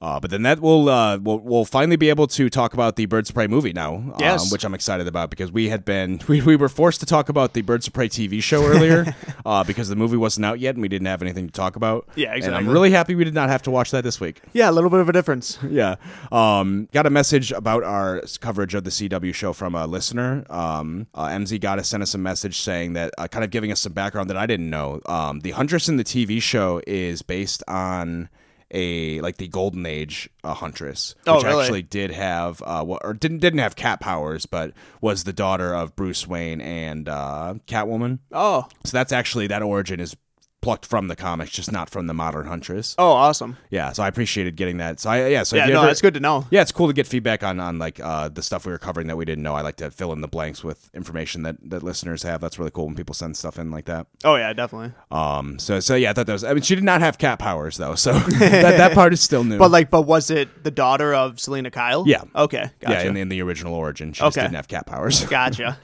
Speaker 1: Uh, but then that will uh, we'll, we'll finally be able to talk about the Birds of Prey movie now, um,
Speaker 2: Yes.
Speaker 1: which I'm excited about because we had been [LAUGHS] we, we were forced to talk about the Birds of Prey TV show
Speaker 2: [LAUGHS]
Speaker 1: earlier uh, because the movie wasn't out yet and we didn't have anything to talk about.
Speaker 2: Yeah,
Speaker 1: And I'm
Speaker 2: exactly.
Speaker 1: really happy we did not have to watch that this week.
Speaker 2: Yeah, a little bit of a difference.
Speaker 1: Yeah. Um, got a message about our coverage of the CW show from a listener. Um, uh, MZ Goddess sent us a message saying that, uh, kind of giving us some background that I didn't know. Um, the Huntress in the TV show is based on a like the golden age uh, huntress which
Speaker 2: Oh, really?
Speaker 1: actually did have uh well, or didn't didn't have cat powers but was the daughter of bruce wayne and uh catwoman
Speaker 2: Oh,
Speaker 1: so that's actually that origin is plucked from the comics just not from the modern huntress
Speaker 2: oh, awesome.
Speaker 1: yeah so i appreciated getting that so i yeah so if
Speaker 2: Yeah,
Speaker 1: you
Speaker 2: no,
Speaker 1: ever-
Speaker 2: that's good to know.
Speaker 1: yeah, it's cool to get feedback on on like uh, the stuff we were covering that we didn't know. I like to fill in the blanks with information that that listeners have. That's really cool when people send stuff in like that.
Speaker 2: Oh yeah, definitely.
Speaker 1: Um, so so yeah, I thought that was. I mean, she did not have cat powers though, so [LAUGHS] that, that part is still new.
Speaker 2: But like, but was it the daughter of Selena Kyle?
Speaker 1: Yeah.
Speaker 2: Okay.
Speaker 1: yeah,
Speaker 2: Gotcha.
Speaker 1: in, the- in the original origin, she just
Speaker 2: Okay.
Speaker 1: didn't have cat powers. [LAUGHS]
Speaker 2: gotcha.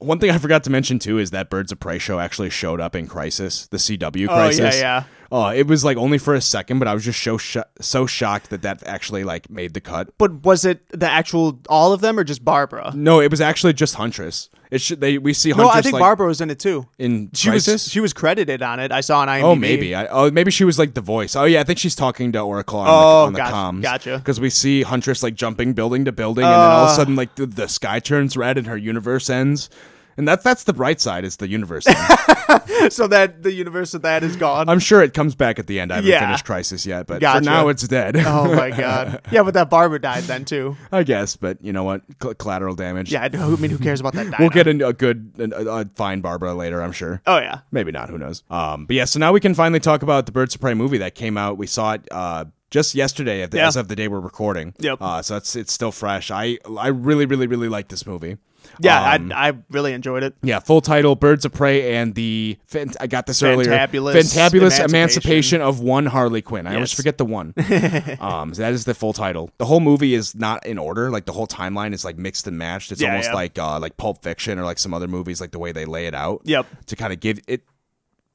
Speaker 1: One thing I forgot to mention too is that Birds of Prey show actually showed up in Crisis, the CW
Speaker 2: Oh, yeah,
Speaker 1: Crisis.
Speaker 2: yeah.
Speaker 1: Uh, it was like only for a second, but I was just so sho- so shocked that that actually like made the cut.
Speaker 2: but was it the actual all of them or just Barbara?
Speaker 1: No, it was actually just Huntress. It should they we see
Speaker 2: No,
Speaker 1: Huntress
Speaker 2: I think
Speaker 1: like,
Speaker 2: Barbara was in it too.
Speaker 1: in
Speaker 2: She
Speaker 1: Crisis.
Speaker 2: was she was credited on it. I saw on IMDb.
Speaker 1: Oh, maybe. I, oh, maybe she was like the voice. Oh, yeah. I think she's talking to Oracle on,
Speaker 2: Oh,
Speaker 1: the,
Speaker 2: gotcha-
Speaker 1: on the comms.
Speaker 2: gotcha. Uh.
Speaker 1: Because we see Huntress like jumping building to building, and then all of a sudden, like the, the sky turns red and her universe ends. And that, that's the bright side is the universe. [LAUGHS] ends.
Speaker 2: [LAUGHS] so that the universe of that is
Speaker 1: [LAUGHS]
Speaker 2: gone.
Speaker 1: I'm sure it comes back at the end. I haven't
Speaker 2: Yeah.
Speaker 1: finished Crisis yet, but for
Speaker 2: Gotcha.
Speaker 1: now it's dead.
Speaker 2: oh my god. Yeah, but that Barbara died then too.
Speaker 1: [LAUGHS] I guess, but you know what? Cl- collateral damage.
Speaker 2: Yeah, I know- I mean, who cares about that? Dinah?
Speaker 1: [LAUGHS] We'll get a, a good, a, a fine Barbara later, I'm sure.
Speaker 2: Oh yeah.
Speaker 1: Maybe not. Who knows? Um, but yeah, so now we can finally talk about the Birds of Prey movie that came out. We saw it uh, just yesterday, at the,
Speaker 2: Yeah.
Speaker 1: as of the day we're recording.
Speaker 2: Yep.
Speaker 1: Uh, so it's it's still fresh. I I really really really like this movie. Um,
Speaker 2: Yeah, I I really enjoyed it.
Speaker 1: Yeah, full title: Birds of Prey and the fan- I got this earlier.
Speaker 2: Fantabulous
Speaker 1: Fantabulous
Speaker 2: Emancipation.
Speaker 1: Emancipation of One Harley Quinn. I always
Speaker 2: Yes.
Speaker 1: forget the one.
Speaker 2: [LAUGHS]
Speaker 1: um, so that is the full title. The whole movie is not in order. Like the whole timeline is like mixed and matched. It's
Speaker 2: Yeah,
Speaker 1: almost
Speaker 2: yeah.
Speaker 1: like uh, like Pulp Fiction or like some other movies, like the way they lay it out.
Speaker 2: Yep.
Speaker 1: To kind of give it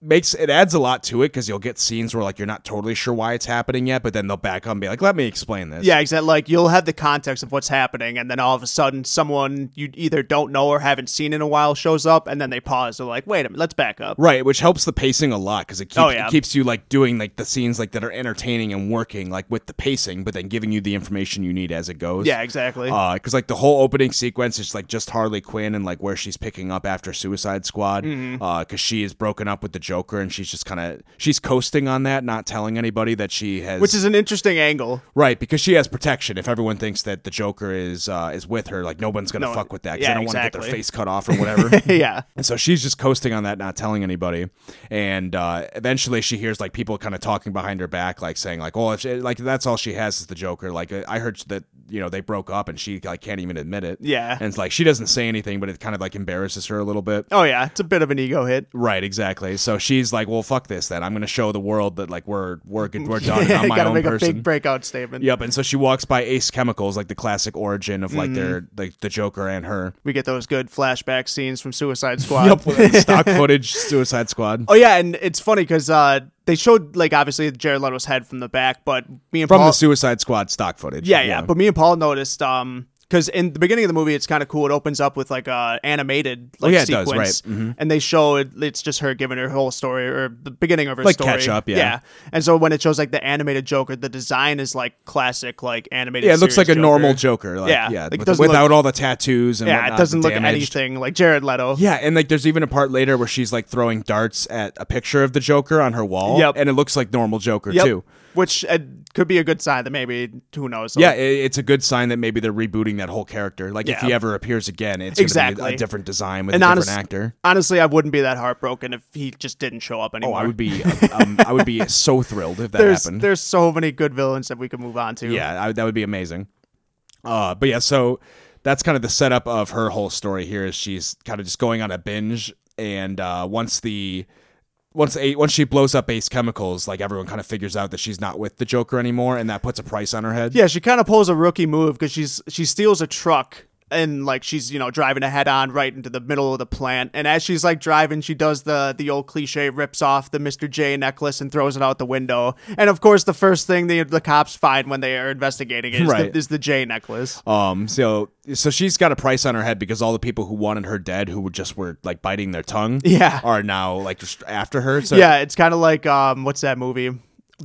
Speaker 1: makes it adds a lot to it because you'll get scenes where like you're not totally sure why it's happening yet, but then they'll back up and be like, "Let me explain this."
Speaker 2: Yeah, exactly. Like you'll have the context of what's happening, and then all of a sudden, someone you either don't know or haven't seen in a while shows up, and then they pause. They're like, "Wait a minute, let's back up."
Speaker 1: Right, which helps the pacing a lot because it, keep,
Speaker 2: Oh, yeah.
Speaker 1: it keeps you like doing like the scenes like that are entertaining and working like with the pacing, but then giving you the information you need as it goes.
Speaker 2: Yeah, exactly.
Speaker 1: Because like the whole opening sequence is like just Harley Quinn and like where she's picking up after Suicide Squad, because
Speaker 2: Mm-hmm.
Speaker 1: she is broken up with the Joker and she's just kind of she's coasting on that, not telling anybody that she has
Speaker 2: Which is an interesting angle. [LAUGHS]
Speaker 1: Right, because she has protection. If everyone thinks that the Joker is uh, is with her, like no one's gonna
Speaker 2: No,
Speaker 1: fuck with that because
Speaker 2: yeah,
Speaker 1: they don't want to get their
Speaker 2: exactly.
Speaker 1: face cut off or
Speaker 2: [LAUGHS]
Speaker 1: whatever.
Speaker 2: yeah.
Speaker 1: and so she's just coasting on that, not telling anybody. And uh, eventually, she hears like people kind of talking behind her back, like saying like, "Oh, if she, like that's all she has is the Joker." Like I heard that you know they broke up, and she like can't even admit it.
Speaker 2: Yeah.
Speaker 1: and it's like she doesn't say anything, but it kind of like embarrasses her a little bit.
Speaker 2: Oh yeah, it's a bit of an ego hit.
Speaker 1: Right, exactly. So she's like, "Well, fuck this. Then I'm gonna show the world that like we're we're good,
Speaker 2: [LAUGHS]
Speaker 1: we're done. and I'm my
Speaker 2: Gotta
Speaker 1: own
Speaker 2: make
Speaker 1: person."
Speaker 2: a big breakout statement.
Speaker 1: Yep, and so she walks by Ace Chemicals, like the classic origin of like their like the Joker and her.
Speaker 2: We get those good flashback scenes from Suicide [LAUGHS] Squad.
Speaker 1: Yep, with stock footage Suicide
Speaker 2: [LAUGHS]
Speaker 1: Squad
Speaker 2: Oh yeah, and it's funny because uh, they showed like obviously Jared Leto's head from the back, but me and
Speaker 1: from
Speaker 2: Paul,
Speaker 1: the Suicide Squad stock footage.
Speaker 2: yeah, yeah, but me and Paul noticed um. Because in the beginning of the movie, it's kind of cool. It opens up with like a animated like
Speaker 1: Oh, yeah, it does,
Speaker 2: sequence,
Speaker 1: right. Mm-hmm.
Speaker 2: and they show it, it's just her giving her whole story or the beginning of her
Speaker 1: Like
Speaker 2: story.
Speaker 1: catch up, yeah.
Speaker 2: And so when it shows like the animated Joker, the design is like classic like animated.
Speaker 1: yeah, it looks like
Speaker 2: series
Speaker 1: a
Speaker 2: Joker.
Speaker 1: normal Joker. Like, yeah,
Speaker 2: Yeah,
Speaker 1: yeah,
Speaker 2: like, it
Speaker 1: with-
Speaker 2: doesn't look-
Speaker 1: without all the tattoos and
Speaker 2: Yeah,
Speaker 1: whatnot,
Speaker 2: it doesn't look
Speaker 1: damaged.
Speaker 2: anything like Jared Leto.
Speaker 1: Yeah, and like there's even a part later where she's like throwing darts at a picture of the Joker on her wall.
Speaker 2: Yep.
Speaker 1: and it looks like normal Joker
Speaker 2: Yep.
Speaker 1: too.
Speaker 2: Which uh, could be a good sign that maybe who knows?
Speaker 1: Yeah, i it's a good sign that maybe they're rebooting that whole character. Like if
Speaker 2: Yeah.
Speaker 1: he ever appears again, it's gonna be
Speaker 2: Exactly.
Speaker 1: a different design with
Speaker 2: And
Speaker 1: a
Speaker 2: honest-
Speaker 1: different actor.
Speaker 2: Honestly, I wouldn't be that heartbroken if he just didn't show up
Speaker 1: Oh,
Speaker 2: anymore.
Speaker 1: I would be, um, I would be so thrilled if that
Speaker 2: there's
Speaker 1: happened.
Speaker 2: there's so many good villains that we could move on to.
Speaker 1: Yeah, I, that would be amazing. Uh, but yeah, so that's kind of the setup of her whole story here. Is she's kind of just going on a binge, and uh, once the once a, once she blows up Ace Chemicals, like everyone kind of figures out that she's not with the Joker anymore, and that puts a price on her head.
Speaker 2: Yeah, she kind of pulls a rookie move because she's she steals a truck and like she's you know driving a head on right into the middle of the plant and as she's like driving she does the the old cliche rips off the mr j necklace and throws it out the window and of course the first thing the, the cops find when they are investigating it is,
Speaker 1: Right.
Speaker 2: the, is the j necklace
Speaker 1: Um, so so she's got a price on her head because all the people who wanted her dead, who were just were like biting their tongue,
Speaker 2: Yeah.
Speaker 1: are now like just after her. So
Speaker 2: yeah it's kind of like um what's that movie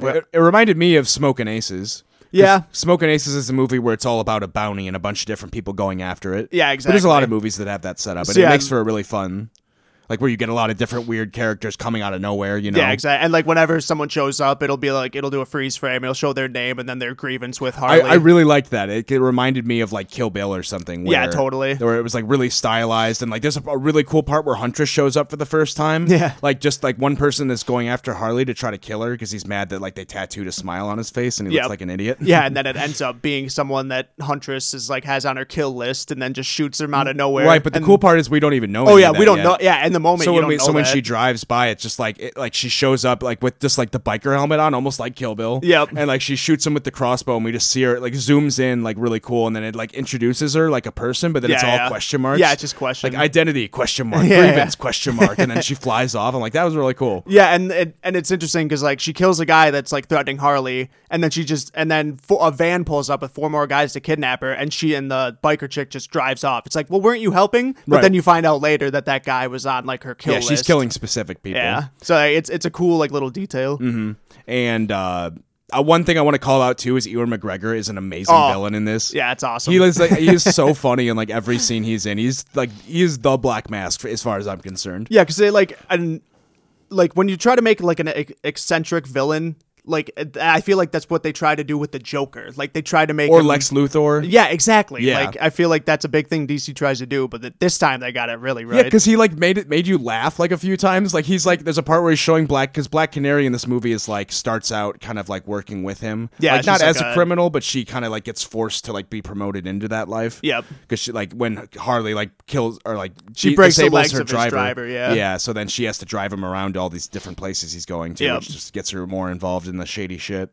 Speaker 1: it, it reminded me of Smoke and Aces. 'Cause
Speaker 2: Yeah.
Speaker 1: Smoke and Aces is a movie where it's all about a bounty and a bunch of different people going after it.
Speaker 2: Yeah,
Speaker 1: But there's a lot
Speaker 2: exactly.
Speaker 1: of movies that have that set up, and
Speaker 2: So,
Speaker 1: it
Speaker 2: yeah.
Speaker 1: makes for a really fun, like where you get a lot of different weird characters coming out of nowhere. You know,
Speaker 2: yeah exactly and like whenever someone shows up it'll be like it'll do a freeze frame it'll show their name and then their grievance with
Speaker 1: I,
Speaker 2: harley
Speaker 1: [LAUGHS] I really liked that. It, it reminded me of like Kill Bill or something. Where,
Speaker 2: Yeah, totally.
Speaker 1: Where it was like really stylized and like there's a, a really cool part where Huntress shows up for the first time.
Speaker 2: Yeah.
Speaker 1: like just like one person is going after Harley to try to kill her because he's mad that like they tattooed a smile on his face and he
Speaker 2: Yep.
Speaker 1: looks like an idiot.
Speaker 2: yeah, and then it ends up being someone that Huntress is like has on her kill list, and then just shoots them out of nowhere.
Speaker 1: right. But the
Speaker 2: and,
Speaker 1: cool part is we don't even know.
Speaker 2: Oh
Speaker 1: any
Speaker 2: yeah,
Speaker 1: of that
Speaker 2: we don't
Speaker 1: yet.
Speaker 2: know. Yeah, in the moment,
Speaker 1: So
Speaker 2: you
Speaker 1: when
Speaker 2: don't
Speaker 1: we,
Speaker 2: know
Speaker 1: so when
Speaker 2: that.
Speaker 1: she drives by, it's just like it, like she shows up like with just like the biker helmet on, almost like Kill Bill.
Speaker 2: Yep.
Speaker 1: And like she shoots him with the crossbow, and we just see her it, like zooms in like really cool, and then it like introduces her like a person, but then it's
Speaker 2: Yeah,
Speaker 1: all
Speaker 2: yeah.
Speaker 1: question marks.
Speaker 2: Yeah, it's just question.
Speaker 1: like identity
Speaker 2: [LAUGHS]
Speaker 1: question mark
Speaker 2: Yeah,
Speaker 1: grievance question mark, and then
Speaker 2: [LAUGHS]
Speaker 1: she flies off. I'm like that was really cool.
Speaker 2: yeah, and it, and it's interesting because like she kills a guy that's like threatening Harley, and then she just and then fo- a van pulls up with four more guys to kidnap her, and she and the biker chick just drives off. It's like, well, weren't you helping? But
Speaker 1: Right.
Speaker 2: then you find out later that that guy was on like her kill
Speaker 1: Yeah,
Speaker 2: list.
Speaker 1: she's killing specific people.
Speaker 2: Yeah, so like, it's it's a cool like little detail.
Speaker 1: And uh, uh, one thing I want to call out too is Ewan McGregor is an amazing
Speaker 2: Oh.
Speaker 1: villain in this.
Speaker 2: Yeah, it's awesome.
Speaker 1: He is like he is so funny in like every scene he's in. He's like he is the Black Mask for, as far as I'm concerned.
Speaker 2: Yeah, because they like and like when you try to make like an ec- eccentric villain, like eh, I feel like that's what they try to do with the Joker. Like they try to make
Speaker 1: Or
Speaker 2: him-
Speaker 1: Lex Luthor.
Speaker 2: Yeah, exactly.
Speaker 1: Yeah.
Speaker 2: Like I feel like that's a big thing DC tries to do, but th- this time they got it really
Speaker 1: Yeah,
Speaker 2: right.
Speaker 1: because he like made it made you laugh like a few times. Like he's like there's a part where he's showing Black because Black Canary in this movie is like starts out kind of like working with him.
Speaker 2: Yeah,
Speaker 1: like,
Speaker 2: she's
Speaker 1: not
Speaker 2: like
Speaker 1: as a,
Speaker 2: a-
Speaker 1: criminal, but she kind of like gets forced to like be promoted into that life.
Speaker 2: Yep.
Speaker 1: because she like when Harley like kills or like
Speaker 2: She
Speaker 1: de-
Speaker 2: breaks the
Speaker 1: disables
Speaker 2: legs
Speaker 1: her
Speaker 2: of his driver, yeah.
Speaker 1: yeah. So then she has to drive him around to all these different places he's going to,
Speaker 2: Yep. Mm-hmm.
Speaker 1: which just gets her more involved in the shady shit.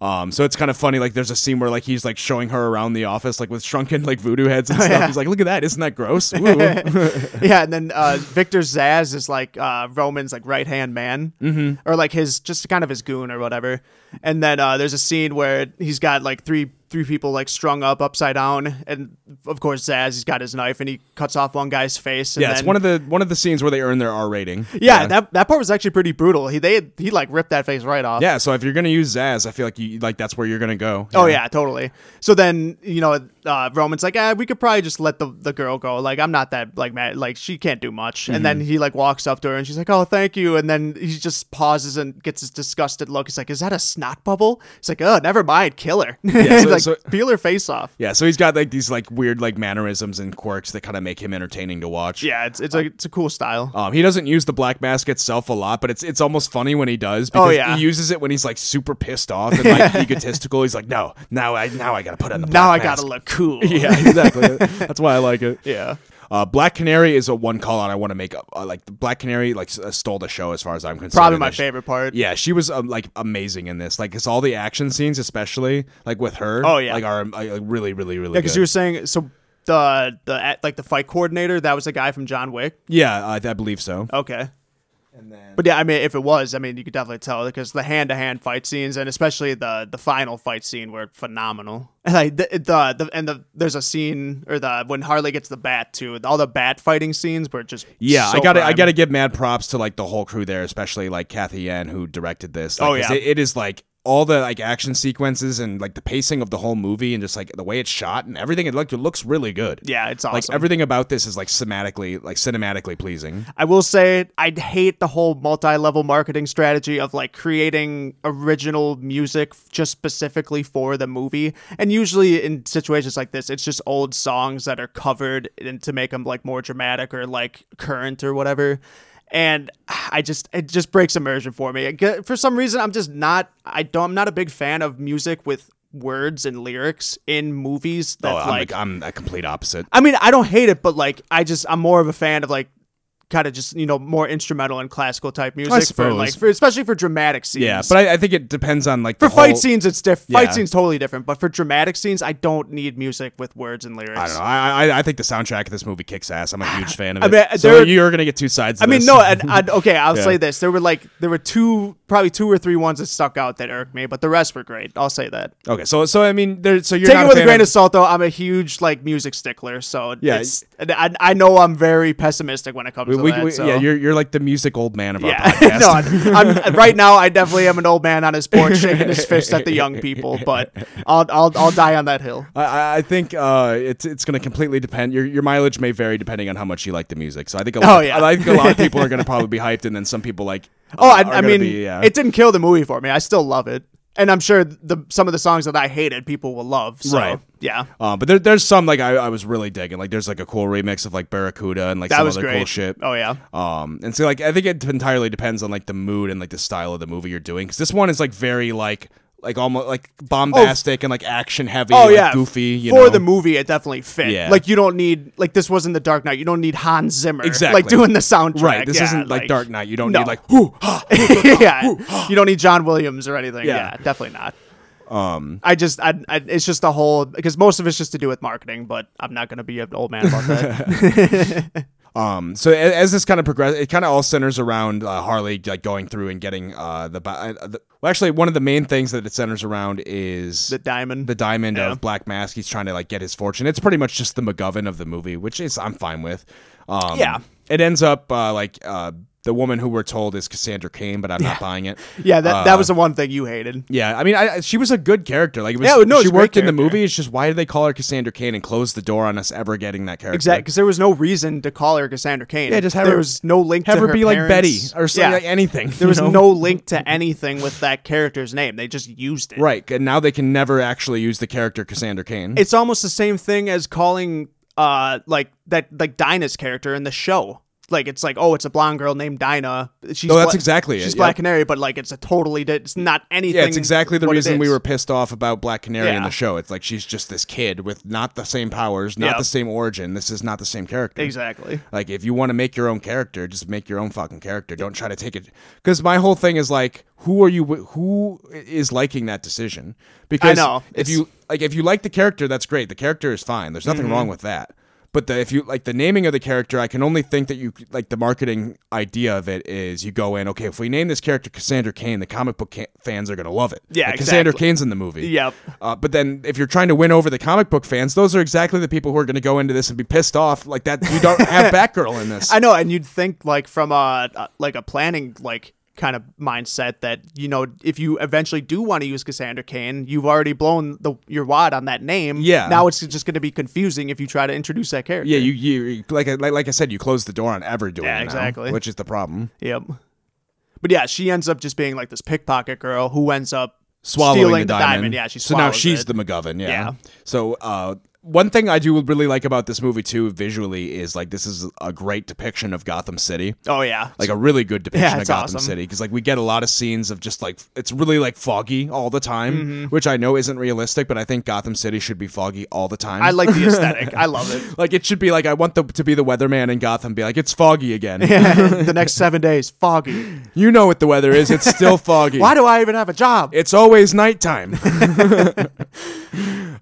Speaker 1: Um, so it's kind of funny. Like there's a scene where like he's like showing her around the office like with shrunken like voodoo heads
Speaker 2: [LAUGHS] Oh,
Speaker 1: and stuff. He's like, look at that, isn't that gross? Ooh.
Speaker 2: yeah, and then uh, Victor Zaz is like uh, Roman's like right hand man, mm-hmm. or like his just kind of his goon or whatever. And then uh, there's a scene where he's got like three three people like strung up upside down, and of course Zaz he's got his knife and he cuts off one guy's face. And
Speaker 1: Yeah,
Speaker 2: then,
Speaker 1: it's one of the one of the scenes where they earn their R rating.
Speaker 2: yeah, that that part was actually pretty brutal. He they he like ripped that face right off.
Speaker 1: yeah. So if you're gonna use Zaz, I feel like you like that's where you're gonna go.
Speaker 2: Oh yeah, totally. So then you know uh, Roman's like, eh, we could probably just let the, the girl go. Like I'm not that like mad. Like she can't do much. And
Speaker 1: Mm-hmm.
Speaker 2: then he like walks up to her and she's like, oh thank you. And then he just pauses and gets his disgusted look. He's like, is that a snot bubble? It's like, oh never mind, kill her. [LAUGHS]
Speaker 1: so-
Speaker 2: like
Speaker 1: so-
Speaker 2: peel her face off.
Speaker 1: Yeah, so he's got like these like weird like mannerisms and quirks that kind of make him entertaining to watch.
Speaker 2: Yeah, it's
Speaker 1: Uh,
Speaker 2: it's a it's a cool style.
Speaker 1: Um, he doesn't use the black mask itself a lot, but it's it's almost funny when he does because
Speaker 2: Oh, yeah.
Speaker 1: he uses it when he's like super pissed off and
Speaker 2: [LAUGHS]
Speaker 1: like egotistical. He's like, no, now I now I gotta put on the black
Speaker 2: now I
Speaker 1: mask."
Speaker 2: gotta look
Speaker 1: [LAUGHS]
Speaker 2: cool.
Speaker 1: Yeah, exactly. That's why I like it.
Speaker 2: [LAUGHS] yeah.
Speaker 1: Uh, Black Canary is a one call out I want to make. Uh, like Black Canary like s- uh, stole the show as far as I'm concerned.
Speaker 2: Probably
Speaker 1: in
Speaker 2: my
Speaker 1: this-
Speaker 2: favorite part.
Speaker 1: Yeah, she was um, like amazing in this. Like, it's all the action scenes, especially like with her.
Speaker 2: Oh, yeah.
Speaker 1: like are um, like, like, really, really, really.
Speaker 2: Yeah,
Speaker 1: good.
Speaker 2: because you were saying so the the like the fight coordinator that was a guy from John Wick.
Speaker 1: yeah, I, I believe so.
Speaker 2: Okay.
Speaker 1: And then,
Speaker 2: But yeah, I mean, if it was, I mean, you could definitely tell because the hand-to-hand fight scenes and especially the the final fight scene were phenomenal. [LAUGHS] And like the, the, the and the there's a scene or the when Harley gets the bat too. All the bat fighting scenes were just
Speaker 1: yeah,
Speaker 2: so
Speaker 1: I gotta, I
Speaker 2: prime.
Speaker 1: gotta give mad props to like the whole crew there, especially like Kathy Yan who directed this. Like,
Speaker 2: Oh,
Speaker 1: 'cause
Speaker 2: yeah.
Speaker 1: it, it is like all the like action sequences and like the pacing of the whole movie and just like the way it's shot and everything. It looked, it looks really good.
Speaker 2: Yeah, it's awesome.
Speaker 1: Like everything about this is like cinematically, like cinematically pleasing.
Speaker 2: I will say I'd hate the whole multi-level marketing strategy of like creating original music f- just specifically for the movie. And usually in situations like this, it's just old songs that are covered and to make them like more dramatic or like current or whatever. And I just it just breaks immersion for me. I get- For some reason, I'm just not I don't I'm not a big fan of music with words and lyrics in movies. That's
Speaker 1: Oh, I'm,
Speaker 2: like
Speaker 1: like, I'm a complete opposite.
Speaker 2: I mean, I don't hate it, but like, I just I'm more of a fan of like kind of just you know more instrumental and classical type music for
Speaker 1: suppose.
Speaker 2: like for, especially for dramatic scenes.
Speaker 1: Yeah, but I, I think it depends on like
Speaker 2: for
Speaker 1: the
Speaker 2: fight
Speaker 1: whole-
Speaker 2: scenes it's different. Fight
Speaker 1: Yeah.
Speaker 2: scenes totally different, but for dramatic scenes, I don't need music with words and lyrics.
Speaker 1: I don't know. I, I I think the soundtrack of this movie kicks ass. I'm a
Speaker 2: [SIGHS]
Speaker 1: huge fan of
Speaker 2: I
Speaker 1: it.
Speaker 2: mean,
Speaker 1: so
Speaker 2: there-
Speaker 1: you're gonna get two sides. Of
Speaker 2: I mean,
Speaker 1: this.
Speaker 2: no, and,
Speaker 1: [LAUGHS]
Speaker 2: and okay, I'll
Speaker 1: Yeah.
Speaker 2: say this: there were like there were two, probably two or three ones that stuck out that irked me, but the rest were great. I'll say that.
Speaker 1: okay, so so I mean, there. So you're
Speaker 2: Take
Speaker 1: not
Speaker 2: it with a
Speaker 1: fan
Speaker 2: grain
Speaker 1: of-
Speaker 2: of salt, though. I'm a huge like music stickler, so
Speaker 1: Yeah.
Speaker 2: yeah, it's, and I, I know I'm very pessimistic when it comes
Speaker 1: We,
Speaker 2: to
Speaker 1: we,
Speaker 2: that.
Speaker 1: we-
Speaker 2: so.
Speaker 1: Yeah, you're you're like the music old man of our
Speaker 2: yeah, [LAUGHS]
Speaker 1: podcast.
Speaker 2: no, I'm, I'm- right now. I definitely am an old man on his porch shaking his fist at the young people, but I'll I'll, I'll die on that hill.
Speaker 1: [LAUGHS] I- I, I think uh, it's it's going to completely depend. Your your mileage may vary depending on how much you like the music. So I think a lot,
Speaker 2: Oh, yeah.
Speaker 1: I think a lot of people are
Speaker 2: [LAUGHS]
Speaker 1: going to probably be hyped, and then some people like
Speaker 2: Oh,
Speaker 1: are
Speaker 2: I, I
Speaker 1: gonna
Speaker 2: mean,
Speaker 1: be, yeah.
Speaker 2: it didn't kill the movie for me. I still love it, and I'm sure the some of the songs that I hated, people will love. So,
Speaker 1: Right.
Speaker 2: Yeah.
Speaker 1: Uh, but there, there's some like I, I was really digging. Like there's like a cool remix of like Barracuda and like
Speaker 2: That
Speaker 1: some
Speaker 2: was
Speaker 1: other
Speaker 2: great.
Speaker 1: cool shit.
Speaker 2: Oh yeah.
Speaker 1: Um, and so like I think it entirely depends on like the mood and like the style of the movie you're doing because this one is like very like like almost like bombastic and like action heavy.
Speaker 2: Oh
Speaker 1: like,
Speaker 2: yeah.
Speaker 1: goofy. You
Speaker 2: For
Speaker 1: know?
Speaker 2: the movie, it definitely fit.
Speaker 1: Yeah.
Speaker 2: Like you don't need like this wasn't the Dark Knight. You don't need Hans Zimmer.
Speaker 1: Exactly.
Speaker 2: Like doing the soundtrack.
Speaker 1: right. This
Speaker 2: Yeah,
Speaker 1: isn't like, Dark Knight. You don't
Speaker 2: No.
Speaker 1: need like hmm. whoo ha.
Speaker 2: [LAUGHS] yeah. You don't need John Williams or anything.
Speaker 1: Yeah.
Speaker 2: Yeah. definitely not. Um, I just, I, I, it's just a whole because most of it's just to do with marketing, but I'm not gonna be an old man
Speaker 1: [LAUGHS]
Speaker 2: about that.
Speaker 1: Um, so a- as this kind of progress, it kind of all centers around uh, Harley like going through and getting uh, the, bi- uh, the. Well, actually, one of the main things that it centers around is
Speaker 2: the diamond.
Speaker 1: the diamond of Black Mask. He's trying to like get his fortune. It's pretty much just the McGovern of the movie, which is I'm fine with. Um,
Speaker 2: Yeah.
Speaker 1: it ends up uh, like uh, the woman who we're told is Cassandra Cain, but I'm not buying it.
Speaker 2: [LAUGHS] yeah, that, that
Speaker 1: Uh,
Speaker 2: was the one thing you hated.
Speaker 1: Yeah, I mean, I, I- she was a good character. Like, it was,
Speaker 2: Yeah, no,
Speaker 1: she
Speaker 2: it's a great
Speaker 1: worked in the
Speaker 2: character.
Speaker 1: movie. It's just why did they call her Cassandra Cain and close the door on us ever getting that character?
Speaker 2: Exactly, because there was no reason to call her Cassandra Cain.
Speaker 1: Yeah, just have
Speaker 2: there
Speaker 1: her-
Speaker 2: was no link.
Speaker 1: Have
Speaker 2: to
Speaker 1: her,
Speaker 2: her
Speaker 1: be like Betty
Speaker 2: parents.
Speaker 1: or something,
Speaker 2: Yeah.
Speaker 1: like anything.
Speaker 2: there
Speaker 1: you
Speaker 2: was
Speaker 1: know?
Speaker 2: no link to anything with that character's name. They just used it.
Speaker 1: right, and now they can never actually use the character Cassandra Cain.
Speaker 2: It's almost the same thing as calling uh like that like Dinah's character in the show. Like it's like oh, it's a blonde girl named Dinah. She's
Speaker 1: No, that's
Speaker 2: Bla-
Speaker 1: exactly it,
Speaker 2: She's
Speaker 1: yep.
Speaker 2: Black Canary, but like it's a totally di- it's not anything.
Speaker 1: Yeah, it's exactly the
Speaker 2: what it
Speaker 1: reason we
Speaker 2: is.
Speaker 1: were pissed off about Black Canary in
Speaker 2: Yeah.
Speaker 1: the show. It's like she's just this kid with not the same powers, not
Speaker 2: Yeah.
Speaker 1: the same origin. This is not the same character.
Speaker 2: exactly.
Speaker 1: Like if you want to make your own character, just make your own fucking character. Don't try to take it cuz my whole thing is like who are you wi- who is liking that decision? Because
Speaker 2: know,
Speaker 1: if
Speaker 2: it's-
Speaker 1: you like if you like the character, that's great. The character is fine. There's
Speaker 2: Mm-hmm.
Speaker 1: nothing wrong with that. But the, if you like the naming of the character, I can only think that you like the marketing idea of it is you go in, okay, if we name this character Cassandra Kane, the comic book ca- fans are going to love it.
Speaker 2: Yeah,
Speaker 1: Like, Cassandra
Speaker 2: exactly.
Speaker 1: Kane's in the movie.
Speaker 2: Yep.
Speaker 1: Uh, but then if you're trying to win over the comic book fans, those are exactly the people who are going to go into this and be pissed off like that. You don't have
Speaker 2: [LAUGHS]
Speaker 1: Batgirl in this.
Speaker 2: I know, and you'd think like from a a- like a planning like kind of mindset that you know if you eventually do want to use Cassandra Kane, you've already blown the your wad on that name.
Speaker 1: Yeah.
Speaker 2: Now it's just going to be confusing if you try to introduce that character.
Speaker 1: yeah, you, you like, I- like like I said, you closed the door on ever doing
Speaker 2: Yeah,
Speaker 1: it now,
Speaker 2: exactly.
Speaker 1: which is the problem.
Speaker 2: Yep. But yeah, she ends up just being like this pickpocket girl who ends up
Speaker 1: Swallowing
Speaker 2: stealing
Speaker 1: the, diamond.
Speaker 2: Yeah, she
Speaker 1: so now
Speaker 2: swallows
Speaker 1: she's
Speaker 2: it.
Speaker 1: the McGovern. Yeah.
Speaker 2: Yeah.
Speaker 1: So uh, one thing I do really like about this movie too, visually, is like this is a great depiction of Gotham City.
Speaker 2: Oh yeah.
Speaker 1: like a really good depiction of
Speaker 2: it's
Speaker 1: Gotham
Speaker 2: awesome.
Speaker 1: City because like we get a lot of scenes of just like it's really like foggy all the time,
Speaker 2: Mm-hmm.
Speaker 1: which I know isn't realistic, but I think Gotham City should be foggy all the time.
Speaker 2: I like the aesthetic.
Speaker 1: [LAUGHS]
Speaker 2: I love it.
Speaker 1: like it should be like I want the, to be the weatherman in Gotham, be like it's foggy again.
Speaker 2: the next seven days,
Speaker 1: [LAUGHS]
Speaker 2: foggy.
Speaker 1: You know what the weather is? It's
Speaker 2: [LAUGHS]
Speaker 1: still foggy.
Speaker 2: Why do I even have a job?
Speaker 1: It's always nighttime. [LAUGHS]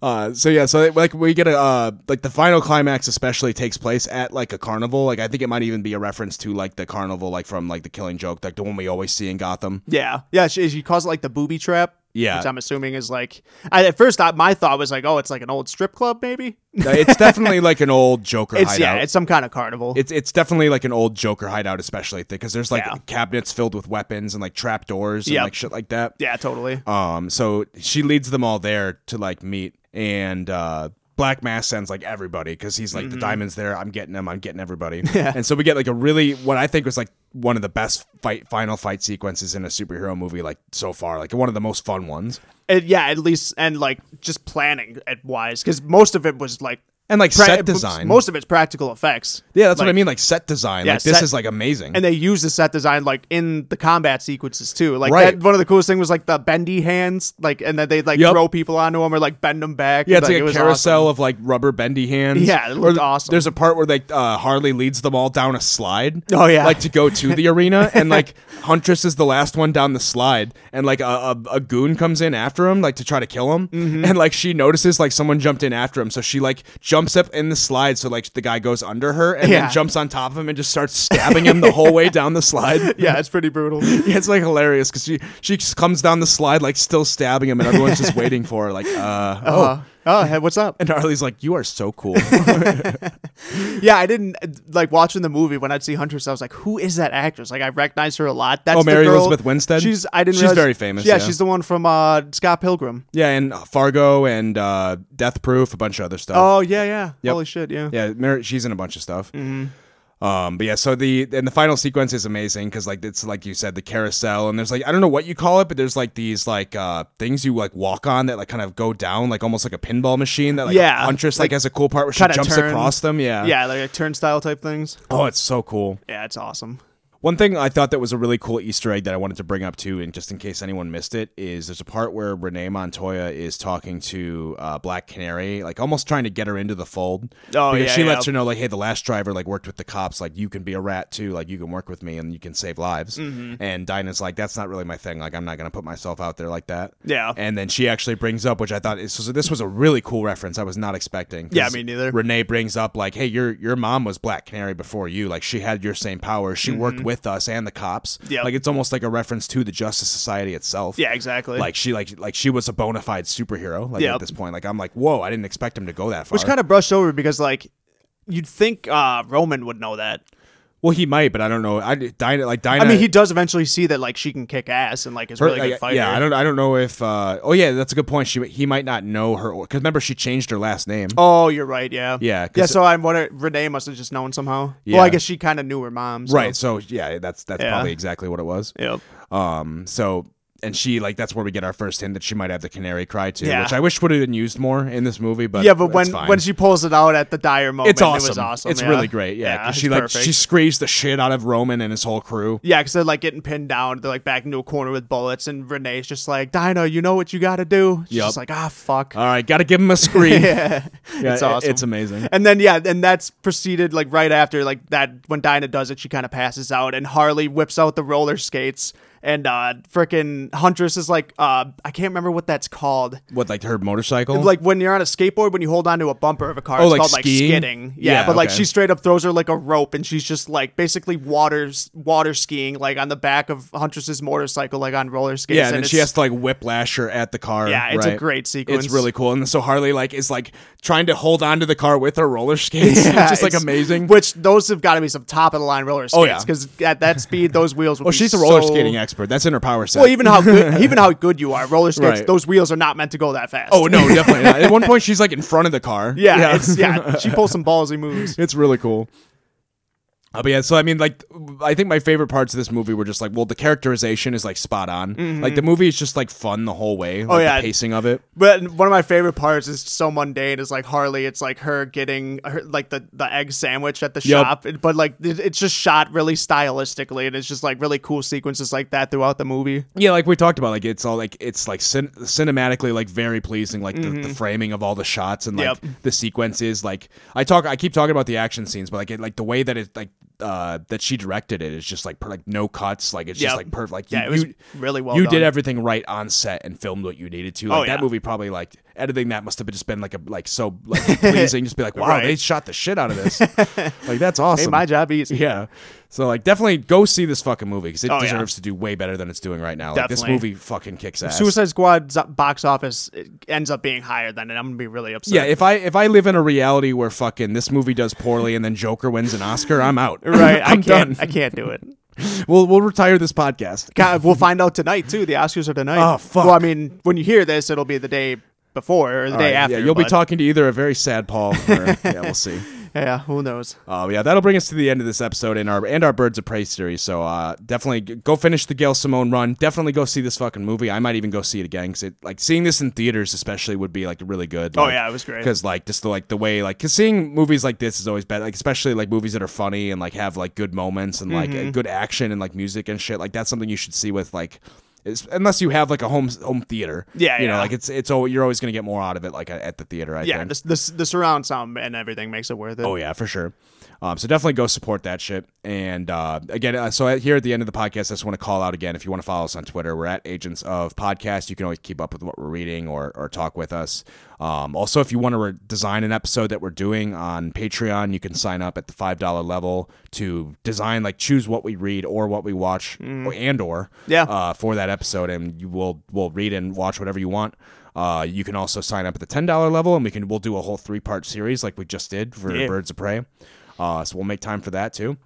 Speaker 1: uh, so yeah, so like we get a uh, like the final climax especially takes place at like a carnival. Like I think it might even be a reference to like the carnival, like from like the Killing Joke, like the one we always see in Gotham.
Speaker 2: yeah, yeah. She, she calls it like the booby trap.
Speaker 1: Yeah.
Speaker 2: which I'm assuming is like. I, at first, I, my thought was like, oh, it's like an old strip club, maybe.
Speaker 1: Uh, it's definitely like an old Joker
Speaker 2: It's
Speaker 1: hideout.
Speaker 2: yeah, it's some kind of carnival.
Speaker 1: it's it's definitely like an old Joker hideout, especially because there's like
Speaker 2: Yeah.
Speaker 1: cabinets filled with weapons and like trap doors and
Speaker 2: Yep.
Speaker 1: like shit like that.
Speaker 2: yeah, totally.
Speaker 1: Um, so she leads them all there to like meet, and uh, Black Mass sends like everybody because he's
Speaker 2: Mm-hmm.
Speaker 1: like the diamonds there. I'm getting them. I'm getting
Speaker 2: [LAUGHS]
Speaker 1: everybody. Yeah. And so we get like a really what I think was like one of the best fight final fight sequences in a superhero movie like so far. Like one of the most fun ones.
Speaker 2: And yeah, at least and like just planning at wise because most of it was like
Speaker 1: and like
Speaker 2: pra-
Speaker 1: set design.
Speaker 2: Most of it's practical effects.
Speaker 1: yeah, that's what I
Speaker 2: like-
Speaker 1: mean. Like set design.
Speaker 2: Yeah,
Speaker 1: like this
Speaker 2: set-
Speaker 1: is like amazing.
Speaker 2: and they use the set design like in the combat sequences too. Like
Speaker 1: Right.
Speaker 2: that, one of the coolest things was like the bendy hands, like and then they like
Speaker 1: Yep.
Speaker 2: throw people onto them or like bend them back.
Speaker 1: yeah, it's
Speaker 2: Like,
Speaker 1: like,
Speaker 2: it
Speaker 1: a
Speaker 2: was
Speaker 1: carousel
Speaker 2: awesome.
Speaker 1: of like rubber bendy hands.
Speaker 2: Yeah,
Speaker 1: Or
Speaker 2: it looked
Speaker 1: th-
Speaker 2: awesome.
Speaker 1: There's a part where like uh, Harley leads them all down a slide.
Speaker 2: Oh, yeah.
Speaker 1: like to go to the arena,
Speaker 2: [LAUGHS]
Speaker 1: and like Huntress is the last one down the slide, and like a, a, a goon comes in after him, like to try to kill him,
Speaker 2: Mm-hmm.
Speaker 1: and like she notices like someone jumped in after him, so she like jumps up in the slide, so like the guy goes under her and
Speaker 2: Yeah.
Speaker 1: then jumps on top of him and just starts stabbing him the whole way down the slide.
Speaker 2: [LAUGHS] Yeah, it's pretty brutal.
Speaker 1: Yeah, it's like hilarious because she she just comes down the slide like still stabbing him, and everyone's just waiting for her. Like, uh, [LAUGHS] oh.
Speaker 2: Uh, [LAUGHS] oh, hey, what's up?
Speaker 1: And Harley's like, "You are so cool."
Speaker 2: Yeah, I didn't like watching the movie when I'd see Huntress. I was like, "Who is that actress?" Like, I recognize her a lot. That's
Speaker 1: Oh,
Speaker 2: the
Speaker 1: Mary
Speaker 2: girl-
Speaker 1: Elizabeth Winstead?
Speaker 2: She's I didn't.
Speaker 1: She's
Speaker 2: realize-
Speaker 1: very famous,
Speaker 2: Yeah,
Speaker 1: yeah.
Speaker 2: she's the one from uh, Scott Pilgrim.
Speaker 1: yeah, and uh, Fargo and uh, Death Proof, a bunch of other stuff.
Speaker 2: Oh yeah, yeah.
Speaker 1: Yep.
Speaker 2: Holy shit, yeah.
Speaker 1: Yeah, Mary, she's in a bunch of stuff. Um, but yeah, so the and the final sequence is amazing because like it's like you said the carousel and there's like I don't know what you call it, but there's like these like uh things you like walk on that like kind of go down like almost like a pinball machine that like
Speaker 2: Yeah.
Speaker 1: Huntress like,
Speaker 2: Like,
Speaker 1: has a cool part where she
Speaker 2: kinda
Speaker 1: jumps
Speaker 2: turn.
Speaker 1: across them. Yeah,
Speaker 2: Yeah, like, like turnstile type things.
Speaker 1: Oh, it's so cool.
Speaker 2: Yeah, it's awesome.
Speaker 1: One thing I thought that was a really cool Easter egg that I wanted to bring up too, and just in case anyone missed it, is there's a part where Renee Montoya is talking to uh, Black Canary, like almost trying to get her into the fold.
Speaker 2: Oh,
Speaker 1: because
Speaker 2: yeah,
Speaker 1: she lets her
Speaker 2: yeah.
Speaker 1: know like, hey, the last driver like worked with the cops, like you can be a rat too, like you can work with me and you can save lives.
Speaker 2: Mm-hmm.
Speaker 1: And Dinah's like, that's not really my thing. Like I'm not gonna put myself out there like that.
Speaker 2: Yeah.
Speaker 1: And then she actually brings up, which I thought is, so this was a really cool reference. I was not expecting. 'cause
Speaker 2: Yeah, me neither.
Speaker 1: Renee brings up like, "Hey, your your mom was Black Canary before you. Like, she had your same powers. She worked with us and the cops.
Speaker 2: Mm-hmm. Yep.
Speaker 1: Like, it's almost like a reference to the Justice Society itself.
Speaker 2: Yeah, exactly.
Speaker 1: Like she like like she was a bona fide superhero. Like
Speaker 2: Yep.
Speaker 1: at this point, like I'm like, whoa, I didn't expect him to go that far.
Speaker 2: which kind of brushed over because like you'd think uh, Roman would know that.
Speaker 1: well, he might, but I don't know. I Dinah like Dinah.
Speaker 2: I mean, he does eventually see that like she can kick ass and like is
Speaker 1: her-
Speaker 2: really good
Speaker 1: like,
Speaker 2: fighter.
Speaker 1: yeah, I don't I don't know if. uh Oh yeah, that's a good point. She he might not know her because remember she changed her last name.
Speaker 2: Oh, you're right. Yeah.
Speaker 1: Yeah,
Speaker 2: Yeah.
Speaker 1: 'cause-
Speaker 2: So I'm wondering. Renee must have just known somehow.
Speaker 1: Yeah.
Speaker 2: Well, I guess she kind of knew her mom. So.
Speaker 1: Right, so yeah, that's that's
Speaker 2: Yeah.
Speaker 1: probably exactly what it was.
Speaker 2: Yep.
Speaker 1: Um, so and she like that's where we get our first hint that she might have the canary cry too,
Speaker 2: Yeah.
Speaker 1: which I wish would have been used more in this movie. But
Speaker 2: yeah, but
Speaker 1: it's
Speaker 2: when
Speaker 1: fine.
Speaker 2: when she pulls it out at the dire moment,
Speaker 1: it's awesome,
Speaker 2: it was awesome.
Speaker 1: it's
Speaker 2: yeah.
Speaker 1: really great. Yeah, 'cause
Speaker 2: it's
Speaker 1: she like
Speaker 2: perfect.
Speaker 1: she screams the shit out of Roman and his whole crew.
Speaker 2: [LAUGHS] Yeah, because they're like getting pinned down. They're like back into a corner with bullets, and Renee's just like, "Dino, you know what you got to do." She's
Speaker 1: Yep.
Speaker 2: just like, "Ah, fuck."
Speaker 1: All right, gotta give him a scream.
Speaker 2: [LAUGHS] yeah,
Speaker 1: Uh, Yeah,
Speaker 2: [LAUGHS] it's
Speaker 1: it-
Speaker 2: awesome.
Speaker 1: It's amazing.
Speaker 2: And then yeah, and that's proceeded like right after like that when Dinah does it, she kind of passes out, and Harley whips out the roller skates, and uh frickin' Huntress is like, uh I can't remember what that's called.
Speaker 1: What like her motorcycle?
Speaker 2: Like when you're on a skateboard, when you hold onto a bumper of a car,
Speaker 1: Oh,
Speaker 2: it's
Speaker 1: like
Speaker 2: called
Speaker 1: skiing?
Speaker 2: like skidding. Yeah,
Speaker 1: Yeah,
Speaker 2: but like
Speaker 1: okay.
Speaker 2: she straight up throws her like a rope, and she's just like basically waters water skiing like on the back of Huntress's motorcycle, like on roller skates.
Speaker 1: yeah, and then she
Speaker 2: it's-
Speaker 1: has to like whiplash her at the car.
Speaker 2: Yeah, it's a
Speaker 1: right?
Speaker 2: great sequence.
Speaker 1: It's really cool. And so Harley like is like trying to hold onto the car with her roller
Speaker 2: [LAUGHS]
Speaker 1: skates.
Speaker 2: Yeah,
Speaker 1: it's just like
Speaker 2: it's-
Speaker 1: amazing.
Speaker 2: Which those have got to be some top of the line roller skates.
Speaker 1: Oh, yeah.
Speaker 2: because at that speed, those wheels. Would
Speaker 1: Oh,
Speaker 2: be
Speaker 1: she's a roller
Speaker 2: so-
Speaker 1: skating expert. That's in her power set.
Speaker 2: Well, even how good, [LAUGHS] even how good you are, roller skates.
Speaker 1: Right.
Speaker 2: Those wheels are not meant to go that fast.
Speaker 1: oh
Speaker 2: [LAUGHS]
Speaker 1: no, definitely not. At one point, she's like in front of the car.
Speaker 2: yeah, It's, [LAUGHS] yeah. She pulls some ballsy
Speaker 1: [LAUGHS]
Speaker 2: moves.
Speaker 1: It's really cool. Uh, but yeah, so I mean, like, I think my favorite parts of this movie were just like, well, the characterization is like spot on. Like the movie is just like fun the whole way. Like,
Speaker 2: Mm-hmm. Oh, yeah.
Speaker 1: the pacing of it.
Speaker 2: But one of my favorite parts is so mundane. Is like Harley. It's like her getting her, like the, the egg sandwich at the
Speaker 1: Yep.
Speaker 2: shop. It- But like it, it's just shot really stylistically, and it's just like really cool sequences like that throughout the movie.
Speaker 1: Yeah, like we talked about, like it's all like it's like cin- cinematically like very pleasing, like the, the framing of all the shots and like
Speaker 2: Mm-hmm. Yep.
Speaker 1: the sequences. Like I talk, I keep talking about the action scenes, but like it, like the way that it like uh that she directed it is just like per, like no cuts, like it's just
Speaker 2: Yep.
Speaker 1: like perfect. Like
Speaker 2: Yeah,
Speaker 1: you-
Speaker 2: it was
Speaker 1: you-
Speaker 2: really well.
Speaker 1: you
Speaker 2: done.
Speaker 1: did everything right on set and filmed what you needed to. Like
Speaker 2: Oh, yeah.
Speaker 1: that movie probably like editing that must have been just been like a like so like pleasing. just be
Speaker 2: [LAUGHS]
Speaker 1: like, wow,
Speaker 2: Right.
Speaker 1: they shot the shit out of
Speaker 2: [LAUGHS]
Speaker 1: this. like that's awesome.
Speaker 2: Made my job easy.
Speaker 1: yeah. So like definitely go see this fucking movie because it
Speaker 2: Oh, yeah.
Speaker 1: deserves to do way better than it's doing right now. Like this
Speaker 2: Definitely.
Speaker 1: movie fucking kicks ass.
Speaker 2: Suicide Squad's box office ends up being higher than it. I'm gonna be really upset.
Speaker 1: yeah, if I if I live in a reality where fucking this movie does poorly and then Joker wins an Oscar, I'm out.
Speaker 2: [LAUGHS] right.
Speaker 1: [LAUGHS]
Speaker 2: I
Speaker 1: I'm done.
Speaker 2: can't. I can't do it.
Speaker 1: We'll we'll retire this podcast.
Speaker 2: God, we'll find out tonight too. The Oscars are tonight.
Speaker 1: Oh, fuck.
Speaker 2: Well, I mean, when you hear this, it'll be the day before or the
Speaker 1: All
Speaker 2: day
Speaker 1: right, yeah,
Speaker 2: after.
Speaker 1: you'll be
Speaker 2: but- [LAUGHS]
Speaker 1: talking to either a very sad Paul or yeah, we'll see.
Speaker 2: Yeah, who knows?
Speaker 1: Uh, yeah, that'll bring us to the end of this episode and our and our Birds of Prey series. So uh, definitely g- go finish the Gail Simone run. Definitely go see this fucking movie. I might even go see it again because like seeing this in theaters especially would be like really good.
Speaker 2: Oh,
Speaker 1: like,
Speaker 2: yeah, it was great.
Speaker 1: Because like just the, like the way like because seeing movies like this is always better. Like especially like movies that are funny and like have like good moments and like
Speaker 2: Mm-hmm.
Speaker 1: uh, good action and like music and shit. Like that's something you should see with like. It's, unless you have like a home home theater,
Speaker 2: Yeah,
Speaker 1: you know,
Speaker 2: yeah.
Speaker 1: like it's it's al- you're always gonna get more out of it like at the theater. I
Speaker 2: Yeah,
Speaker 1: think.
Speaker 2: the, the, the surround sound and everything makes it worth it.
Speaker 1: Oh yeah, for sure. Um, so definitely go support that shit. And uh, again, uh, so here at the end of the podcast, I just want to call out again. If you want to follow us on Twitter, we're at Agents of Podcast. You can always keep up with what we're reading or, or talk with us. Um, also, if you want to re- design an episode that we're doing on Patreon, you can sign up at the five dollar level to design, like choose what we read or what we watch, or, and or
Speaker 2: Yeah.
Speaker 1: uh, for that episode, and you will will read and watch whatever you want. Uh, you can also sign up at the ten dollar level, and we can we'll do a whole three part series like we just did for
Speaker 2: Yeah.
Speaker 1: Birds of Prey. Uh, so we'll make time for that too.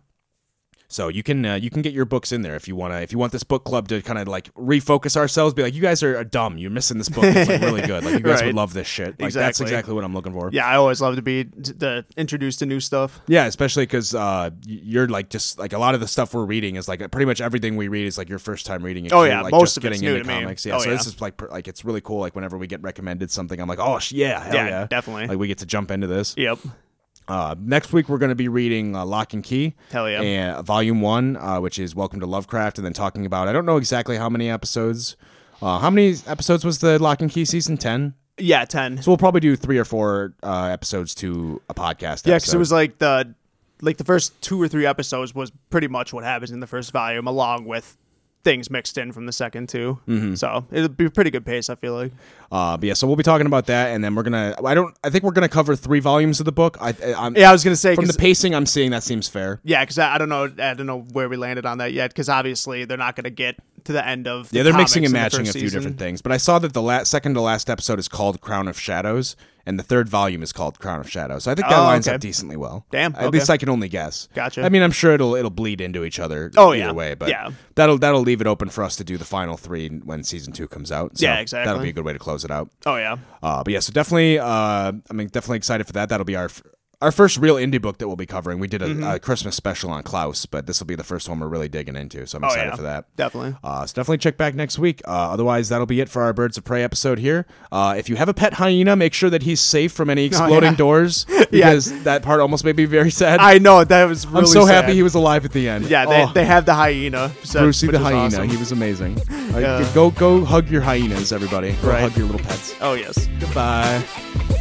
Speaker 1: So you can uh, you can get your books in there if you want to if you want this book club to kind of like refocus ourselves be like you guys are, are dumb you're missing this book it's like really good like you guys
Speaker 2: Right.
Speaker 1: would love this shit like that's
Speaker 2: Exactly.
Speaker 1: exactly what I'm looking for
Speaker 2: Yeah, I always love to be t- the, introduced to new stuff.
Speaker 1: yeah, especially because uh, y- you're like just like a lot of the stuff we're reading is like pretty much everything we read is like your first time reading it.
Speaker 2: Oh,
Speaker 1: You're,
Speaker 2: yeah,
Speaker 1: like,
Speaker 2: most
Speaker 1: just
Speaker 2: of it's
Speaker 1: getting
Speaker 2: new
Speaker 1: into
Speaker 2: to me.
Speaker 1: comics. Yeah,
Speaker 2: Oh,
Speaker 1: so
Speaker 2: yeah.
Speaker 1: this is like pr- like it's really cool. Like whenever we get recommended something, I'm like, oh sh- yeah, hell yeah,
Speaker 2: Yeah, definitely.
Speaker 1: Like we get to jump into this.
Speaker 2: Yep.
Speaker 1: Uh, next week we're going to be reading uh, Lock and Key.
Speaker 2: Hell yeah.
Speaker 1: And volume one, uh, which is Welcome to Lovecraft, and then talking about I don't know exactly how many episodes. Uh, how many episodes was the Lock and Key season ten?
Speaker 2: Yeah, 10.
Speaker 1: So we'll probably do three or four uh, episodes to a podcast.
Speaker 2: Yeah, because
Speaker 1: episode.
Speaker 2: it was like the like the first two or three episodes was pretty much what happens in the first volume, along with things mixed in from the second 2
Speaker 1: Mm-hmm.
Speaker 2: So it'll be a pretty good pace, I feel like.
Speaker 1: Uh, but yeah, so we'll be talking about that, and then we're gonna. I don't. I think we're gonna cover three volumes of the book. I, I- I'm,
Speaker 2: Yeah, I was gonna say
Speaker 1: from the
Speaker 2: 'cause-
Speaker 1: pacing I'm seeing, that seems fair.
Speaker 2: yeah, because I, I don't know, I don't know where we landed on that yet, because obviously they're not gonna get to the end of the
Speaker 1: Yeah, they're
Speaker 2: comics
Speaker 1: mixing and
Speaker 2: in the
Speaker 1: matching a
Speaker 2: first
Speaker 1: few
Speaker 2: season.
Speaker 1: different things. But I saw that the last, second to last episode is called Crown of Shadows, and the third volume is called Crown of Shadows. So I think that
Speaker 2: Oh,
Speaker 1: lines
Speaker 2: okay.
Speaker 1: up decently well.
Speaker 2: Damn,
Speaker 1: At
Speaker 2: okay.
Speaker 1: least I can only guess.
Speaker 2: Gotcha.
Speaker 1: I mean, I'm sure it'll it'll bleed into each other.
Speaker 2: Oh,
Speaker 1: either
Speaker 2: yeah.
Speaker 1: way, but
Speaker 2: Yeah.
Speaker 1: that'll that'll leave it open for us to do the final three when season two comes out. So
Speaker 2: Yeah, exactly.
Speaker 1: That'll be a good way to close it out.
Speaker 2: Oh yeah,
Speaker 1: Uh, but yeah, so definitely, uh, I mean, definitely excited for that. That'll be our f- our first real indie book that we'll be covering. We did
Speaker 2: Mm-hmm.
Speaker 1: a, a Christmas special on Klaus, but this will be the first one we're really digging into. So I'm excited
Speaker 2: Oh, yeah.
Speaker 1: for that.
Speaker 2: definitely.
Speaker 1: Uh, so definitely check back next week. Uh, otherwise, that'll be it for our Birds of Prey episode here. Uh, if you have a pet hyena, make sure that he's safe from
Speaker 2: Oh,
Speaker 1: any exploding
Speaker 2: [LAUGHS]
Speaker 1: doors because that part almost made me very sad.
Speaker 2: I know that was. Really
Speaker 1: am so happy
Speaker 2: sad.
Speaker 1: he was alive at the end.
Speaker 2: Yeah, they,
Speaker 1: Oh,
Speaker 2: they have the hyena. So,
Speaker 1: Brucey
Speaker 2: which
Speaker 1: the
Speaker 2: is
Speaker 1: hyena.
Speaker 2: awesome.
Speaker 1: He was amazing. Uh,
Speaker 2: Yeah.
Speaker 1: Go go hug your hyenas, everybody. Go
Speaker 2: Right.
Speaker 1: hug your little pets.
Speaker 2: Oh yes.
Speaker 1: Goodbye.